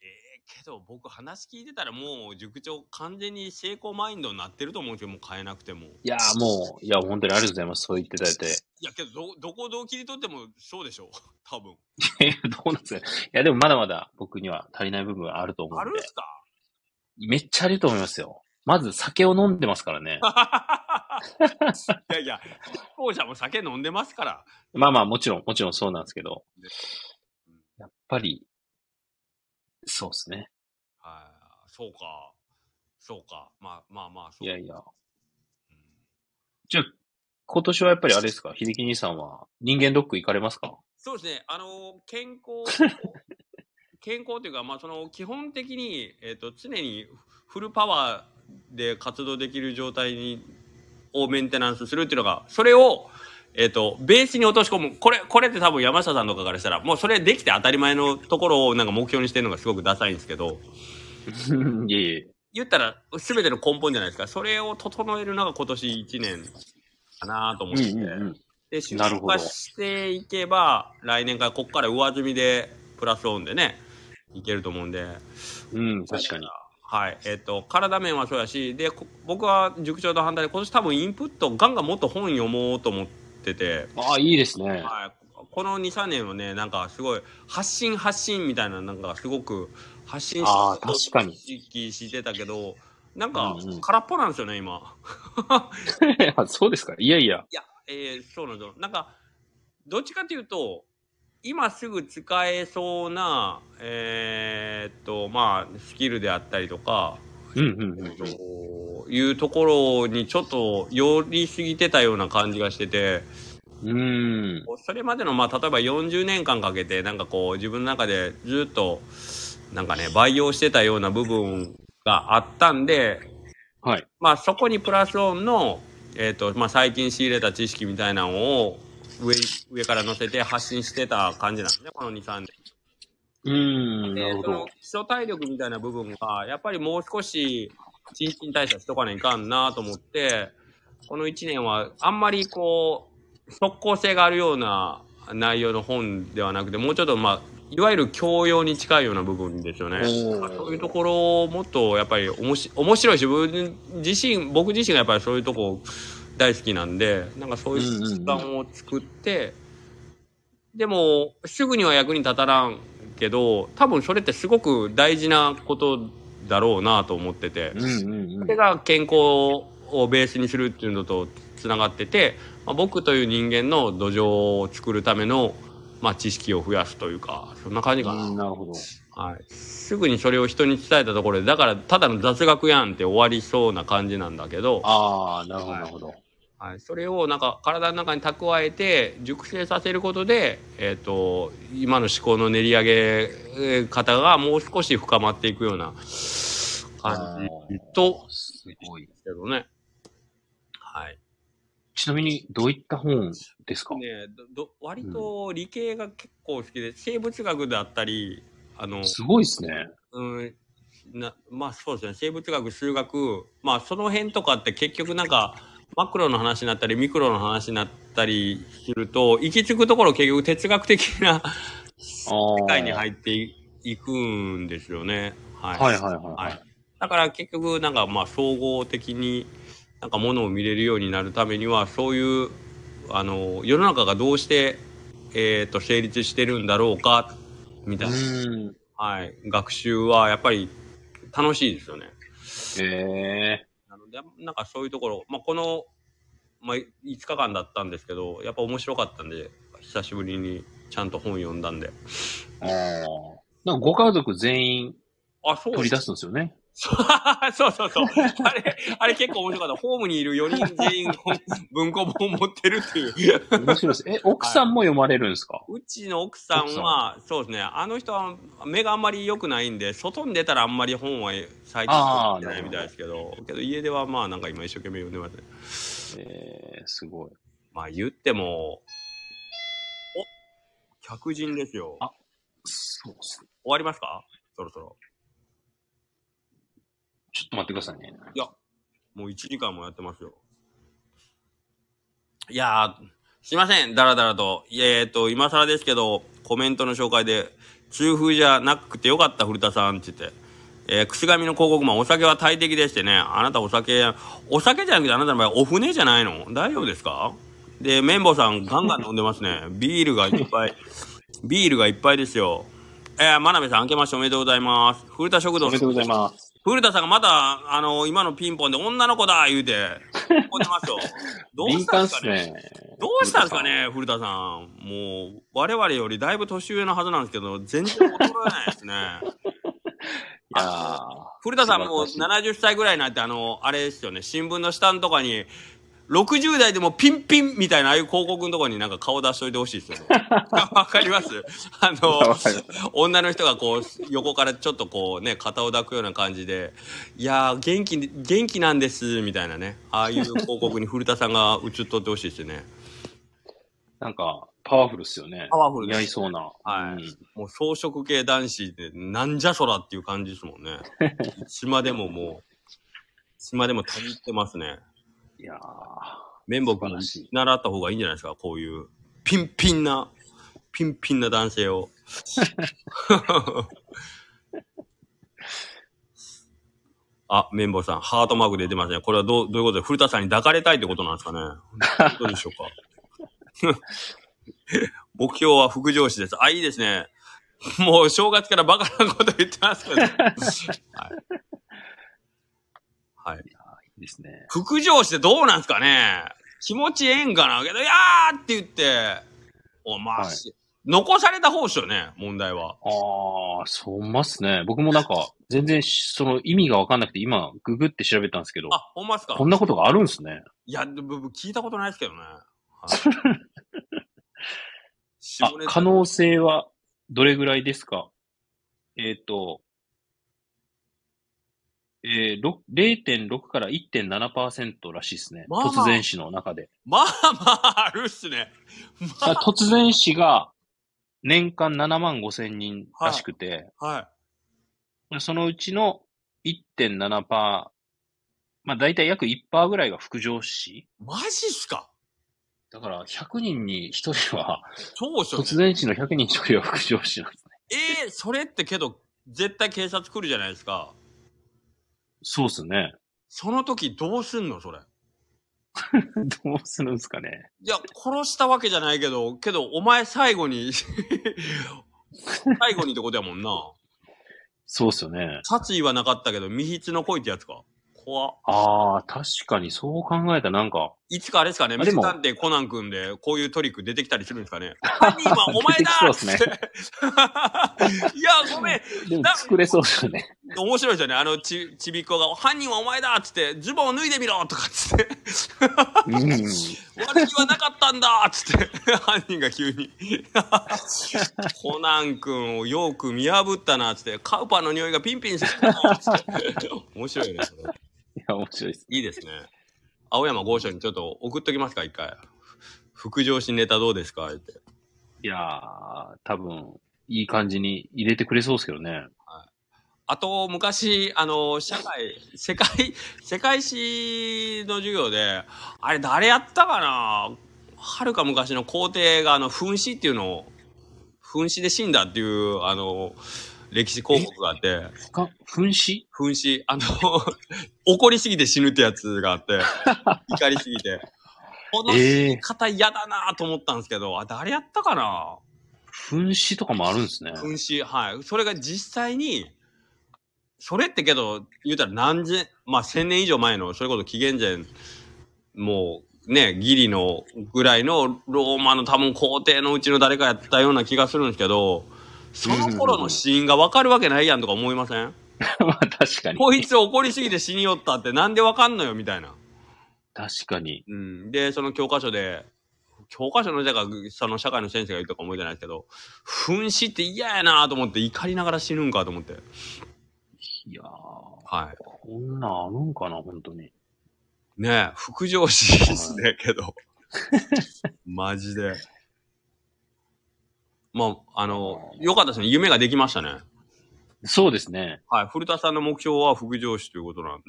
Speaker 1: えー、けど僕話聞いてたらもう塾長完全に成功マインドになってると思うんですよ、もう変えなくても。
Speaker 2: いやーもう、いや、本当にありがとうございます。そう言っていただいて。
Speaker 1: いや、けど、ど、どこをどう切り取ってもそうでしょう。多分。
Speaker 2: いやどうなんですかいや、でもまだまだ僕には足りない部分はあると思
Speaker 1: あ
Speaker 2: うん
Speaker 1: るん
Speaker 2: で。
Speaker 1: すか
Speaker 2: めっちゃあると思いますよ。まず酒を飲んでますから ね。
Speaker 1: いやいや、当社も酒飲んでますから。
Speaker 2: まあまあ、もちろん、もちろんそうなんですけど。やっぱり、そうですね。
Speaker 1: はい、そうか。そうか。まあまあまあ、そ。
Speaker 2: いうやいや。
Speaker 1: うん
Speaker 2: じゃあ、今年はやっぱりあれですか秀樹兄さんは人間ドック行かれますか
Speaker 1: そうですね。あの健康、 健康というか、まあその、基本的に、えっ、と、常にフルパワーで活動できる状態に、をメンテナンスするっていうのが、それを、えっ、と、ベースに落とし込む。これ、これって多分山下さんとかからしたら、もうそれできて当たり前のところをなんか目標にしてるのがすごくダサいんですけど、
Speaker 2: いえいえ。
Speaker 1: 言ったら全ての根本じゃないですか。それを整えるのが今年1年かなと思ってて。で、出
Speaker 2: なるほど
Speaker 1: 荷していけば、来年からここから上積みでプラスオンでね、いけると思うんで。
Speaker 2: うん。うん、確かに。
Speaker 1: はい。えっ、と、体面はそうやし、で、こ僕は塾長と反対で、今年多分インプット、ガンガンもっと本読もうと思ってて、
Speaker 2: ああ、いいですね。
Speaker 1: はい。この2、3年はね、なんかすごい、発信発信みたいな、なんかすごく、発信し
Speaker 2: ああ、確かに。
Speaker 1: 意識してたけど、なんか
Speaker 2: うんうん
Speaker 1: 空っぽなんですよね、今。
Speaker 2: あそうですか。いやいや。
Speaker 1: いや、えーそうなんですよ。なんか、どっちかというと、今すぐ使えそうな、えーっと、まあ、スキルであったりとか、
Speaker 2: うんうんうん
Speaker 1: え
Speaker 2: う
Speaker 1: っと
Speaker 2: ん。
Speaker 1: いうところにちょっと寄りすぎてたような感じがしてて、
Speaker 2: うーん。
Speaker 1: それまでの、まあ、例えば40年間かけて、なんかこう、自分の中でずっと、なんかね、培養してたような部分があったんで、
Speaker 2: はい。
Speaker 1: まあ、そこにプラスオンの、えーとまあ、最近仕入れた知識みたいなのを上上から載せて発信してた感じなんですね、この2、3年。
Speaker 2: うーん。な
Speaker 1: で
Speaker 2: るほ
Speaker 1: その
Speaker 2: ど
Speaker 1: 基。礎体力みたいな部分が、やっぱりもう少し、新陳代謝しとかないかんなと思って、この1年は、あんまりこう、即効性があるような内容の本ではなくて、もうちょっと、まあ、いわゆる教養に近いような部分ですよね。
Speaker 2: おー
Speaker 1: そういうところをもっとやっぱりおもし面白いし、僕自身、僕自身がやっぱりそういうとこ大好きなんで、なんかそういう時間を作って、でも、すぐには役に立たらんけど、多分それってすごく大事なことだろうなと思ってて。
Speaker 2: うんうんう
Speaker 1: そ
Speaker 2: ん
Speaker 1: れ。が健康をベースにするっていうのとつながってて、まあ、僕という人間の土壌を作るための、まあ、知識を増やすというかそんな感じかな、
Speaker 2: うんなるほど。
Speaker 1: はい、すぐにそれを人に伝えたところでだからただの雑学やんって終わりそうな感じなんだけど、
Speaker 2: ああ、なるほど、なるほど。
Speaker 1: はい、それをなんか体の中に蓄えて熟成させることで、えっと今の思考の練り上げえー方がもう少し深まっていくような感じと
Speaker 2: すごい。
Speaker 1: けどね。はい。
Speaker 2: ちなみに、どういった本ですか
Speaker 1: ねどど割と理系が結構好きで、生物学だったり、あの、
Speaker 2: すごいですね。
Speaker 1: うん、なまあそうですね、生物学、数学、まあその辺とかって結局なんか、マクロの話になったり、ミクロの話になったりすると、行き着くところ結局哲学的な世
Speaker 2: ああ。
Speaker 1: 界に
Speaker 2: はい
Speaker 1: 入っていいくんですよね。はい。
Speaker 2: はいはいは
Speaker 1: はいい。、だから結局なんかまあ総合的になんかものを見れるようになるためにはそういうあの世の中がどうして、えー、と成立してるんだろうかみ
Speaker 2: う
Speaker 1: たいな、
Speaker 2: ーん。
Speaker 1: はい、学習はやっぱり楽しいですよね。
Speaker 2: ええ
Speaker 1: なのでなんかそういうところ、まあ、この、まあ、5日間だったんですけどやっぱ面白かったんで久しぶりにちゃんと本読んだんで。
Speaker 2: ー。ああ。なんかご家族全員
Speaker 1: あ、そう
Speaker 2: 取り出すんですよね。
Speaker 1: そうそうそう。あれ、あれ結構面白かった。ホームにいる4人全員文庫本を持ってるっていう。
Speaker 2: 面白いです。え、奥さんも読まれるんですか
Speaker 1: うちの奥さんは、そうですね、あの人は目があんまり良くないんで、外に出たらあんまり本は最近読
Speaker 2: あー
Speaker 1: んでないみたいですけど、けど家ではまあなんか今一生懸命読んでますね。
Speaker 2: ええすごい。
Speaker 1: まあ言っても、お客人ですよ。
Speaker 2: あそうですね。
Speaker 1: 終わりますかそろそろ。
Speaker 2: ちょっと待ってくださいね。
Speaker 1: もう1時間もやってますよ。いやー、すいません、だらだらと。いえーっと、今更ですけど、コメントの紹介で、中風じゃなくてよかった、古田さんって言って。えー、くすがみの広告マン、お酒は大敵でしてね、あなたお酒、お酒じゃなくてあなたの場合、お船じゃないの大丈夫ですかで、綿棒さん、ガンガン飲んでますね。 ビールがいっぱい、ビールがいっぱいですよ。えー、真鍋さん、明けましておめでとうございます。古田食堂、
Speaker 2: おめでとうございます。
Speaker 1: 古田さんがまた、あの、今のピンポンで女の子だ言うて、怒って ますよ。どう
Speaker 2: 敏
Speaker 1: したん
Speaker 2: 感っ
Speaker 1: です
Speaker 2: す
Speaker 1: かね
Speaker 2: ね。
Speaker 1: どうしたんですかね古田さん。もう、我々よりだいぶ年上のはずなんですけど、全然衰えないですね。
Speaker 2: いやー
Speaker 1: 古田さんもう
Speaker 2: 素晴ら
Speaker 1: 70歳ぐらいになって、あの、あれですよね、新聞の下のとかに、60代でもピンピンみたいな、ああいう広告のとこになんか顔出しといてほしい ですよね。わかりますあの、
Speaker 2: わかりま
Speaker 1: 女の人がこう横からちょっとこうね肩を抱くような感じで「いやー元気元気なんです」みたいなねああいう広告に古田さんが映っとってほしいですね
Speaker 2: なんか、パワフルっすよね
Speaker 1: パ。ワフル
Speaker 2: 似
Speaker 1: で
Speaker 2: 合い
Speaker 1: す。
Speaker 2: そうな。
Speaker 1: はい
Speaker 2: うん
Speaker 1: もう草食系男子で、なんじゃそらっていう感じですもんね。島でももう、島でもたぎってますね。
Speaker 2: いやー
Speaker 1: 綿棒君
Speaker 2: 素晴
Speaker 1: も
Speaker 2: らしい
Speaker 1: 見習った方がいいんじゃないですか、こういう、ピンピンな、ピンピンな男性を。 あ、綿棒さん、ハートマーク出てますね。これはどうどういうことで、古田さんに抱かれたいってことなんですかね。どうでしょうか。 目標は副上司です。あ、いいですね。もう正月からバカなこと言ってますけど、ね。はい。はい。
Speaker 2: いいですね。
Speaker 1: 副上司ってどうなんすかね気持ちええんかなけど、やーって言って、おまあ、
Speaker 2: はい
Speaker 1: し残された方っすよね、問題は。
Speaker 2: ああ、そう思いますね。僕もなんか、全然し、その意味がわかんなくて、今、ググって調べたんですけど、
Speaker 1: あ、ほんまっすか
Speaker 2: こんなことがあるんですね。
Speaker 1: いや、ぶぶ聞いたことないですけどね。 はい下
Speaker 2: あ
Speaker 1: ネ、タ
Speaker 2: 可能性はどれぐらいですかえっ、と、えー、ろ0.6から1.7%らしいですね。
Speaker 1: まあまあ
Speaker 2: 突然死の 中で。
Speaker 1: まあまあ、あるっすね。
Speaker 2: だから突然死が年間7万5千人らしくて、
Speaker 1: は
Speaker 2: そのうちの1.7%、まあ大体約1%ぐらいが副上司。
Speaker 1: い。マジっすか
Speaker 2: だから100人に1人は、
Speaker 1: そうっすよね
Speaker 2: 突。然死の100人に1人は副上司なんですね。
Speaker 1: えー、それってけど、絶対警察来るじゃないですか。
Speaker 2: そうですね。
Speaker 1: その時どうすんの、それ。
Speaker 2: どうするんですかね。
Speaker 1: いや、殺したわけじゃないけど、けど、お前最後に、最後にってことやもんな。
Speaker 2: そうっすよね。
Speaker 1: 殺意はなかったけど、未必の恋ってやつか。怖っ
Speaker 2: ああ、確かにそう考えたらなんか、
Speaker 1: いつかあれですかね、
Speaker 2: あ
Speaker 1: ミ
Speaker 2: で
Speaker 1: ス
Speaker 2: も
Speaker 1: 探偵コナン君で、こういうトリック出てきたりするんです かね。犯人はお前だ
Speaker 2: 出てきそうっす
Speaker 1: って いや、ごめん。
Speaker 2: でも作れそうですよ ね。
Speaker 1: 面白いですよね。あのち、ちびっ子が、犯人はお前だっつって、ズボンを脱いでみろとかっつって、
Speaker 2: うん。
Speaker 1: 悪気はなかったんだっつって、犯人が急に。 コナン君をよく見破ったなっつって、カウパーの匂いがピンピンするなっつって。面白いね、それ。
Speaker 2: いや、面白いです。
Speaker 1: いいですね。青山豪昌にちょっと送っときますか、一回。副上司ネタどうですかって。
Speaker 2: いやー、多分、いい感じに入れてくれそうですけどね。
Speaker 1: あと、昔、あの、社会、世界、世界史の授業で、あれ誰やったかなはるか昔の皇帝が、あの、噴死っていうのを、噴死で死んだっていう、あの、歴史広告があって、
Speaker 2: ふか、噴死
Speaker 1: 噴死、あの、 怒りすぎて死ぬってやつがあって、怒りすぎて。この死
Speaker 2: ええ
Speaker 1: に方嫌だなと思ったんですけど、あ、誰やったかな
Speaker 2: 噴死とかもあるんですね。
Speaker 1: 噴死、はい。それが実際に、それってけど、言うたら何千、まあ千年以上前の、それこそ紀元前、もうね、ギリのぐらいのローマの多分皇帝のうちの誰かやったような気がするんですけど、その頃の死因がわかるわけないやんとか思いませ ん
Speaker 2: まあ確かに。
Speaker 1: こいつ怒りすぎて死によったってなんでわかんのよみたいな。
Speaker 2: 確かに。
Speaker 1: うん、で、その教科書で、教科書のじゃが、その社会の先生が言うとか思いじゃないですけど、噴死って嫌やなと思って怒りながら死ぬんかと思って。
Speaker 2: いやー、
Speaker 1: は
Speaker 2: こんなんあるんかな、本当に。
Speaker 1: い。ねえ、副上司ですね、けど。マジで。まあ、あの、良かったですね。夢ができましたね。
Speaker 2: そうですね。
Speaker 1: はい。古田さんの目標は副上司ということなんで。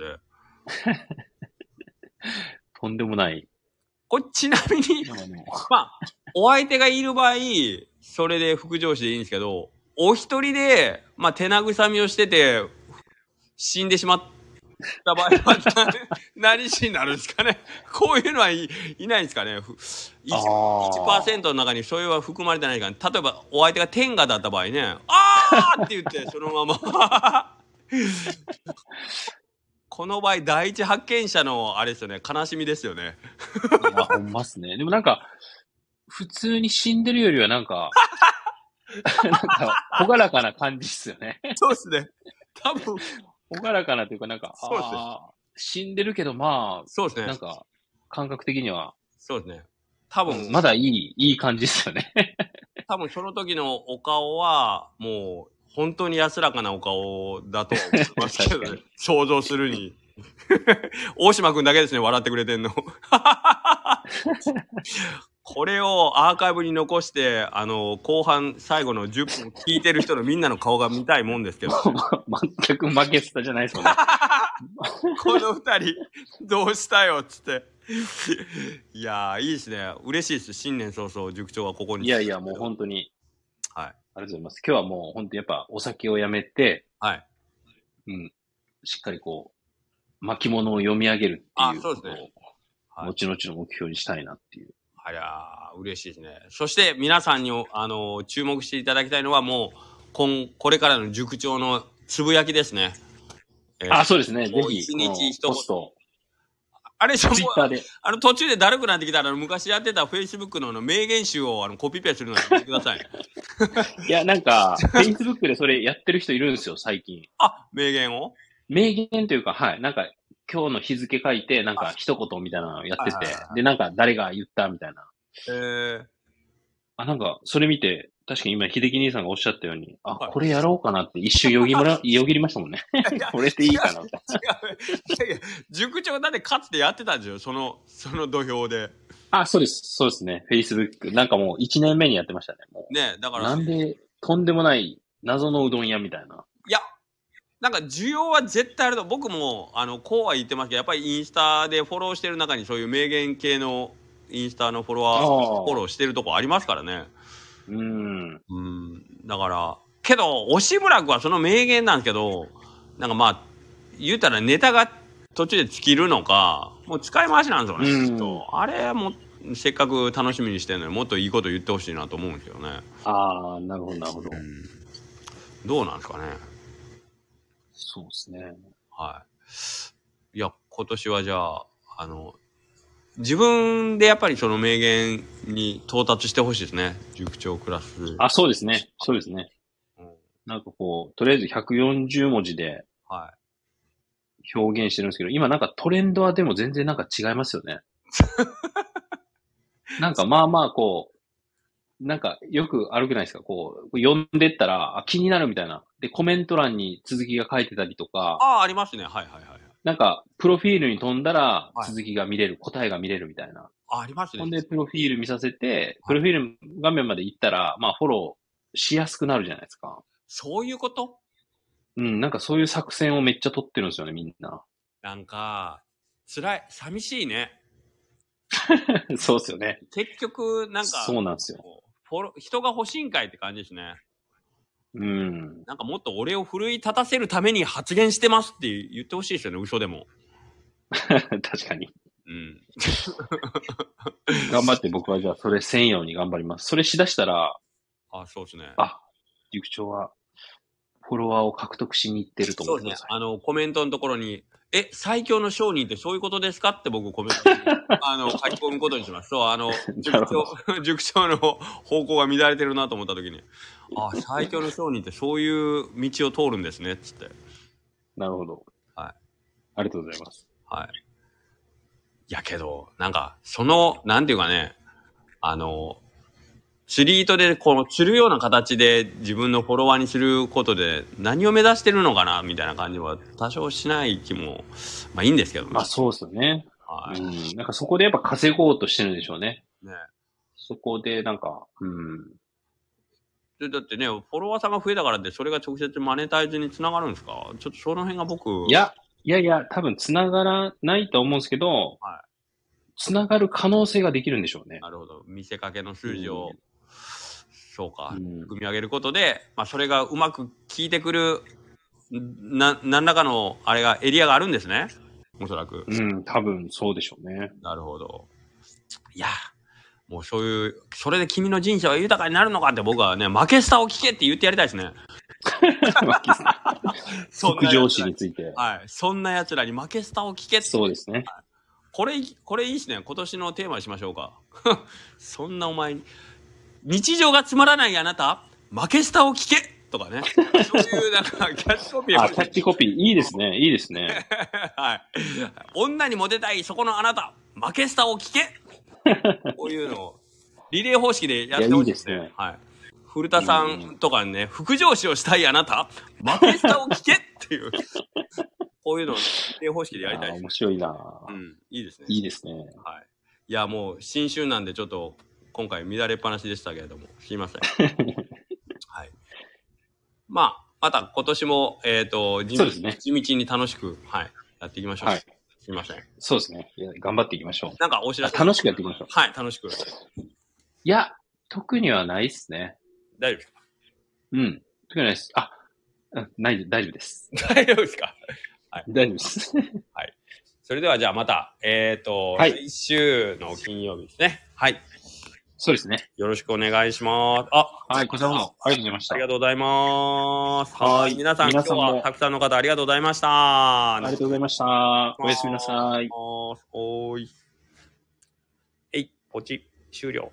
Speaker 2: とんでもない。
Speaker 1: これ、ちなみ に、
Speaker 2: なんかでも
Speaker 1: まあ、お相手がいる場合、それで副上司でいいんですけど、お一人で、まあ、手慰みをしてて、死んでしまった場合は、な 何死になるんですかねこういうのはい、いないんですかねふい
Speaker 2: あー
Speaker 1: ?1% の中にそれは含まれてないから、例えばお相手が天下だった場合ね、あーって言って、 そのまま。 この場合、第一発見者の、あれですよね、悲しみですよね。
Speaker 2: いやほんまっすね。でもなんか、普通に死んでるよりはなん か、なんか、ほがらかな感じっすよね。
Speaker 1: そうですね。多分、
Speaker 2: ほがらかなというか、なんか、
Speaker 1: そうですね
Speaker 2: あー死んでるけど、ま
Speaker 1: そうです
Speaker 2: あ、なん
Speaker 1: ね。
Speaker 2: か、感覚的には、
Speaker 1: そうですね。多分、
Speaker 2: まだいい、いい感じっすよね。
Speaker 1: 多分その時のお顔は、もう、本当に安らかなお顔だと思いますけど
Speaker 2: 確か
Speaker 1: ね
Speaker 2: に。
Speaker 1: 想像するに。 大島くんだけですね、笑ってくれてんの。これをアーカイブに残して、あの、後半最後の10分聞いてる人のみんなの顔が見たいもんです けど、こ
Speaker 2: 全く負けスタじゃないです もんね。
Speaker 1: の二人、どうしたよっつって。いやー、いいですね。嬉しいです。新年早々、塾長はここに。
Speaker 2: いやいや、もう本当に。
Speaker 1: はい。
Speaker 2: ありがとうございます。今日はもう本当にやっぱお酒をやめて、
Speaker 1: はい。
Speaker 2: うん。しっかりこう、巻物を読み上げるってい
Speaker 1: あ
Speaker 2: う
Speaker 1: そ
Speaker 2: こ
Speaker 1: うです
Speaker 2: とを、
Speaker 1: ねはい
Speaker 2: 後々の目標にしたいなっていう。
Speaker 1: あらー、嬉しいですね。そして皆さんに、あの、注目していただきたいのは、もう、今、これからの塾長のつぶやきですね。えー
Speaker 2: あ、そうですね。ぜ
Speaker 1: もう
Speaker 2: ひ、
Speaker 1: 一日
Speaker 2: この
Speaker 1: 一言
Speaker 2: ポスト、
Speaker 1: あれでしょ、もう
Speaker 2: ツイッターで。
Speaker 1: あの途中でだるくなってきたら、あの昔やってたフェイスブックのあの名言集をあのコピペするのやめてくだ さい。
Speaker 2: いや、なん か、Facebook でそれやってる人いるんですよ、最近。
Speaker 1: あ、名言を
Speaker 2: 名言というか、はい。なんか、今日の日付書いて、なんか一言みたいなのやって
Speaker 1: はい
Speaker 2: て
Speaker 1: はいはい、
Speaker 2: で、なんか誰が言ったみたいな。
Speaker 1: えー、
Speaker 2: あ、なんか、それ見て、確かに今、秀樹兄さんがおっしゃったように、あ、
Speaker 1: はい
Speaker 2: これやろうかなって一瞬よぎもら、よぎりましたもんね。 これでいいかなって。
Speaker 1: いやいや、塾長だってかつてやってたんですよ、その、その土俵で。
Speaker 2: あ、そうです。そうですね。Facebook。なんかもう1年目にやってましたね。も
Speaker 1: ね、だか
Speaker 2: う
Speaker 1: ら、
Speaker 2: なんで、とんでもない謎のうどん屋みたいな。
Speaker 1: いや、なんか需要は絶対あると、僕も、あの、こうは言ってますけど、やっぱりインスタでフォローしてる中に、そういう名言系のインスタのフォロワー、
Speaker 2: ああ
Speaker 1: フォローしてるとこありますからね。
Speaker 2: うん。
Speaker 1: うん、だから、けど、押村君はその名言なんですけど、なんかまあ、言うたらネタが途中で尽きるのか、もう使い回しなんですよね、
Speaker 2: うん
Speaker 1: きっとあれも、せっかく楽しみにしてるのにもっといいこと言ってほしいなと思うんですけどね。
Speaker 2: ああ、なるほど、なるほど。
Speaker 1: どうなんですかね。
Speaker 2: そうですね。
Speaker 1: はい。いや、今年はじゃあ、あの、自分でやっぱりその名言に到達してほしいですね。塾長クラス。
Speaker 2: あ、そうですね。そうですね
Speaker 1: うん。
Speaker 2: なんかこう、とりあえず140文字で
Speaker 1: は
Speaker 2: 表現してるんですけど、今なんかトレンドはでも全然なんか違いま すよね。なんかまあまあこう、なんかよくあるくないですかこう、読んでったら、あ、気になるみたいな。で、コメント欄に続きが書いてたりとか
Speaker 1: い。、ああ、ありますね。はいはいはい。
Speaker 2: なんか、プロフィールに飛んだら
Speaker 1: は、い
Speaker 2: 続きが見れる、答えが見れるみたいな。
Speaker 1: あ、ありますね。
Speaker 2: ほんで、プロフィール見させて、プロフィール画面まで行ったら、まあ、フォローしやすくなるじゃないですか。
Speaker 1: そういうこと
Speaker 2: うん、なんかそういう作戦をめっちゃ取ってるんですよね、みん な。
Speaker 1: なんか、辛い、寂しいね。
Speaker 2: そうですよね。
Speaker 1: 結局、なんか、
Speaker 2: そうなんですよ。
Speaker 1: こうフォロー人が欲しいんかいって感じですね。
Speaker 2: うん。
Speaker 1: なんかもっと俺を奮い立たせるために発言してますって言ってほしいですよね、嘘でも。
Speaker 2: 確かに。
Speaker 1: うん。
Speaker 2: 頑張って僕はじゃあそれ専用に頑張ります。それしだしたら、
Speaker 1: あ、そうですね。
Speaker 2: あ塾長は、フォロワーを獲得しに行ってると
Speaker 1: そ
Speaker 2: 思
Speaker 1: う
Speaker 2: っ
Speaker 1: で
Speaker 2: て
Speaker 1: す
Speaker 2: く
Speaker 1: ね
Speaker 2: ださ。い。
Speaker 1: あの、コメントのところに、え、最強の商人ってそういうことですかって僕コメントに あの、書き込むことにします。そう、あの、
Speaker 2: な
Speaker 1: 塾
Speaker 2: るほど
Speaker 1: 長、 塾長の方向が乱れてるなと思った時に、あ、最強の商人ってそういう道を通るんですね、つって。
Speaker 2: なるほど。
Speaker 1: はい。
Speaker 2: ありがとうございます。
Speaker 1: はい。いやけど、なんか、その、なんていうかね、あの、釣り糸で、この、釣るような形で自分のフォロワーにすることで、何を目指してるのかな、みたいな感じは、多少しない気も、まあいいんですけどね。
Speaker 2: まあそうですよね。
Speaker 1: は
Speaker 2: うん。なんかそこでやっぱ稼ごうとしてるんでしょうね。
Speaker 1: い。ね。
Speaker 2: そこでなんか、うん。
Speaker 1: でだってね、フォロワーさんが増えたからって、それが直接マネタイズにつながるんですかちょっとその辺が僕、
Speaker 2: いや、いやいや、多分繋がらないと思うんですけど、
Speaker 1: は
Speaker 2: 繋がる可能性ができるんでしょうね。
Speaker 1: なるほど、見せかけの数字を、
Speaker 2: うん
Speaker 1: そうか、
Speaker 2: うん
Speaker 1: 組み上げることで、まあ、それがうまく効いてくる、んな、何らかの、あれが、エリアがあるんですね。おそらく。
Speaker 2: うん、多分そうでしょ うね。
Speaker 1: なるほど。いや、もうそういう、それで君の人生は豊かになるのかって僕はね、負けスタを聞けって言ってやりたいですね。そんな
Speaker 2: 副
Speaker 1: 奴ら
Speaker 2: 上
Speaker 1: に
Speaker 2: 司について。
Speaker 1: はい。そんな奴らに負けスタを聞けって。
Speaker 2: そうですね。
Speaker 1: これ、これいいですね。今年のテーマにしましょうか。 そんなお前に。日常がつまらないあなた、負けスタを聞けとかね。そういうなんかキャッチコピーを
Speaker 2: あ、キャッチコピー、いいですね。いいですね。
Speaker 1: はい。女にモテたい、そこのあなた、負けスタを聞けこういうのを、リレー方式でやってほしいです
Speaker 2: いやいい
Speaker 1: ね
Speaker 2: で。す
Speaker 1: はい。古田さんとかね、副上司をしたいあなた、負けスタを聞けって いう、こういうのをリレー方式でやりたい
Speaker 2: あ
Speaker 1: です。
Speaker 2: 面白いな、
Speaker 1: うん、いいですね。
Speaker 2: いいですね。
Speaker 1: はい。いや、もう、新春なんで、ちょっと、今回乱れっぱなしでしたけれども、すいません。はい。まあ、また今年も、えっ、と、地
Speaker 2: そう
Speaker 1: 道
Speaker 2: ですね
Speaker 1: 地道に楽しく、はい、やっていきましょう。
Speaker 2: はい
Speaker 1: すいません。
Speaker 2: そうですね。いや頑張っていきましょう。
Speaker 1: なんかお知らせ。
Speaker 2: 楽しくやっていきましょう。
Speaker 1: はい、楽しく。
Speaker 2: いや、特にはないっすね。
Speaker 1: 大丈夫ですか
Speaker 2: うん。特にないっす。あ、うんない、大丈夫です。
Speaker 1: 大丈夫ですか
Speaker 2: 大丈 夫です。
Speaker 1: それではじゃあまた、えっ、と、
Speaker 2: はい
Speaker 1: 来週の金曜日ですね。はい。
Speaker 2: そうですね。
Speaker 1: よろしくお願いします。あ、
Speaker 2: はい、こちらこそ、ありがとうございまし
Speaker 1: あ
Speaker 2: た。
Speaker 1: り
Speaker 2: あ
Speaker 1: がとうございます。
Speaker 2: はい
Speaker 1: はい。皆さん、
Speaker 2: 皆さんも
Speaker 1: 今日はたくさんの方ありがとうございました。
Speaker 2: りがとうございました。おやすみなさい。
Speaker 1: おーい。えい、ポチ、終了。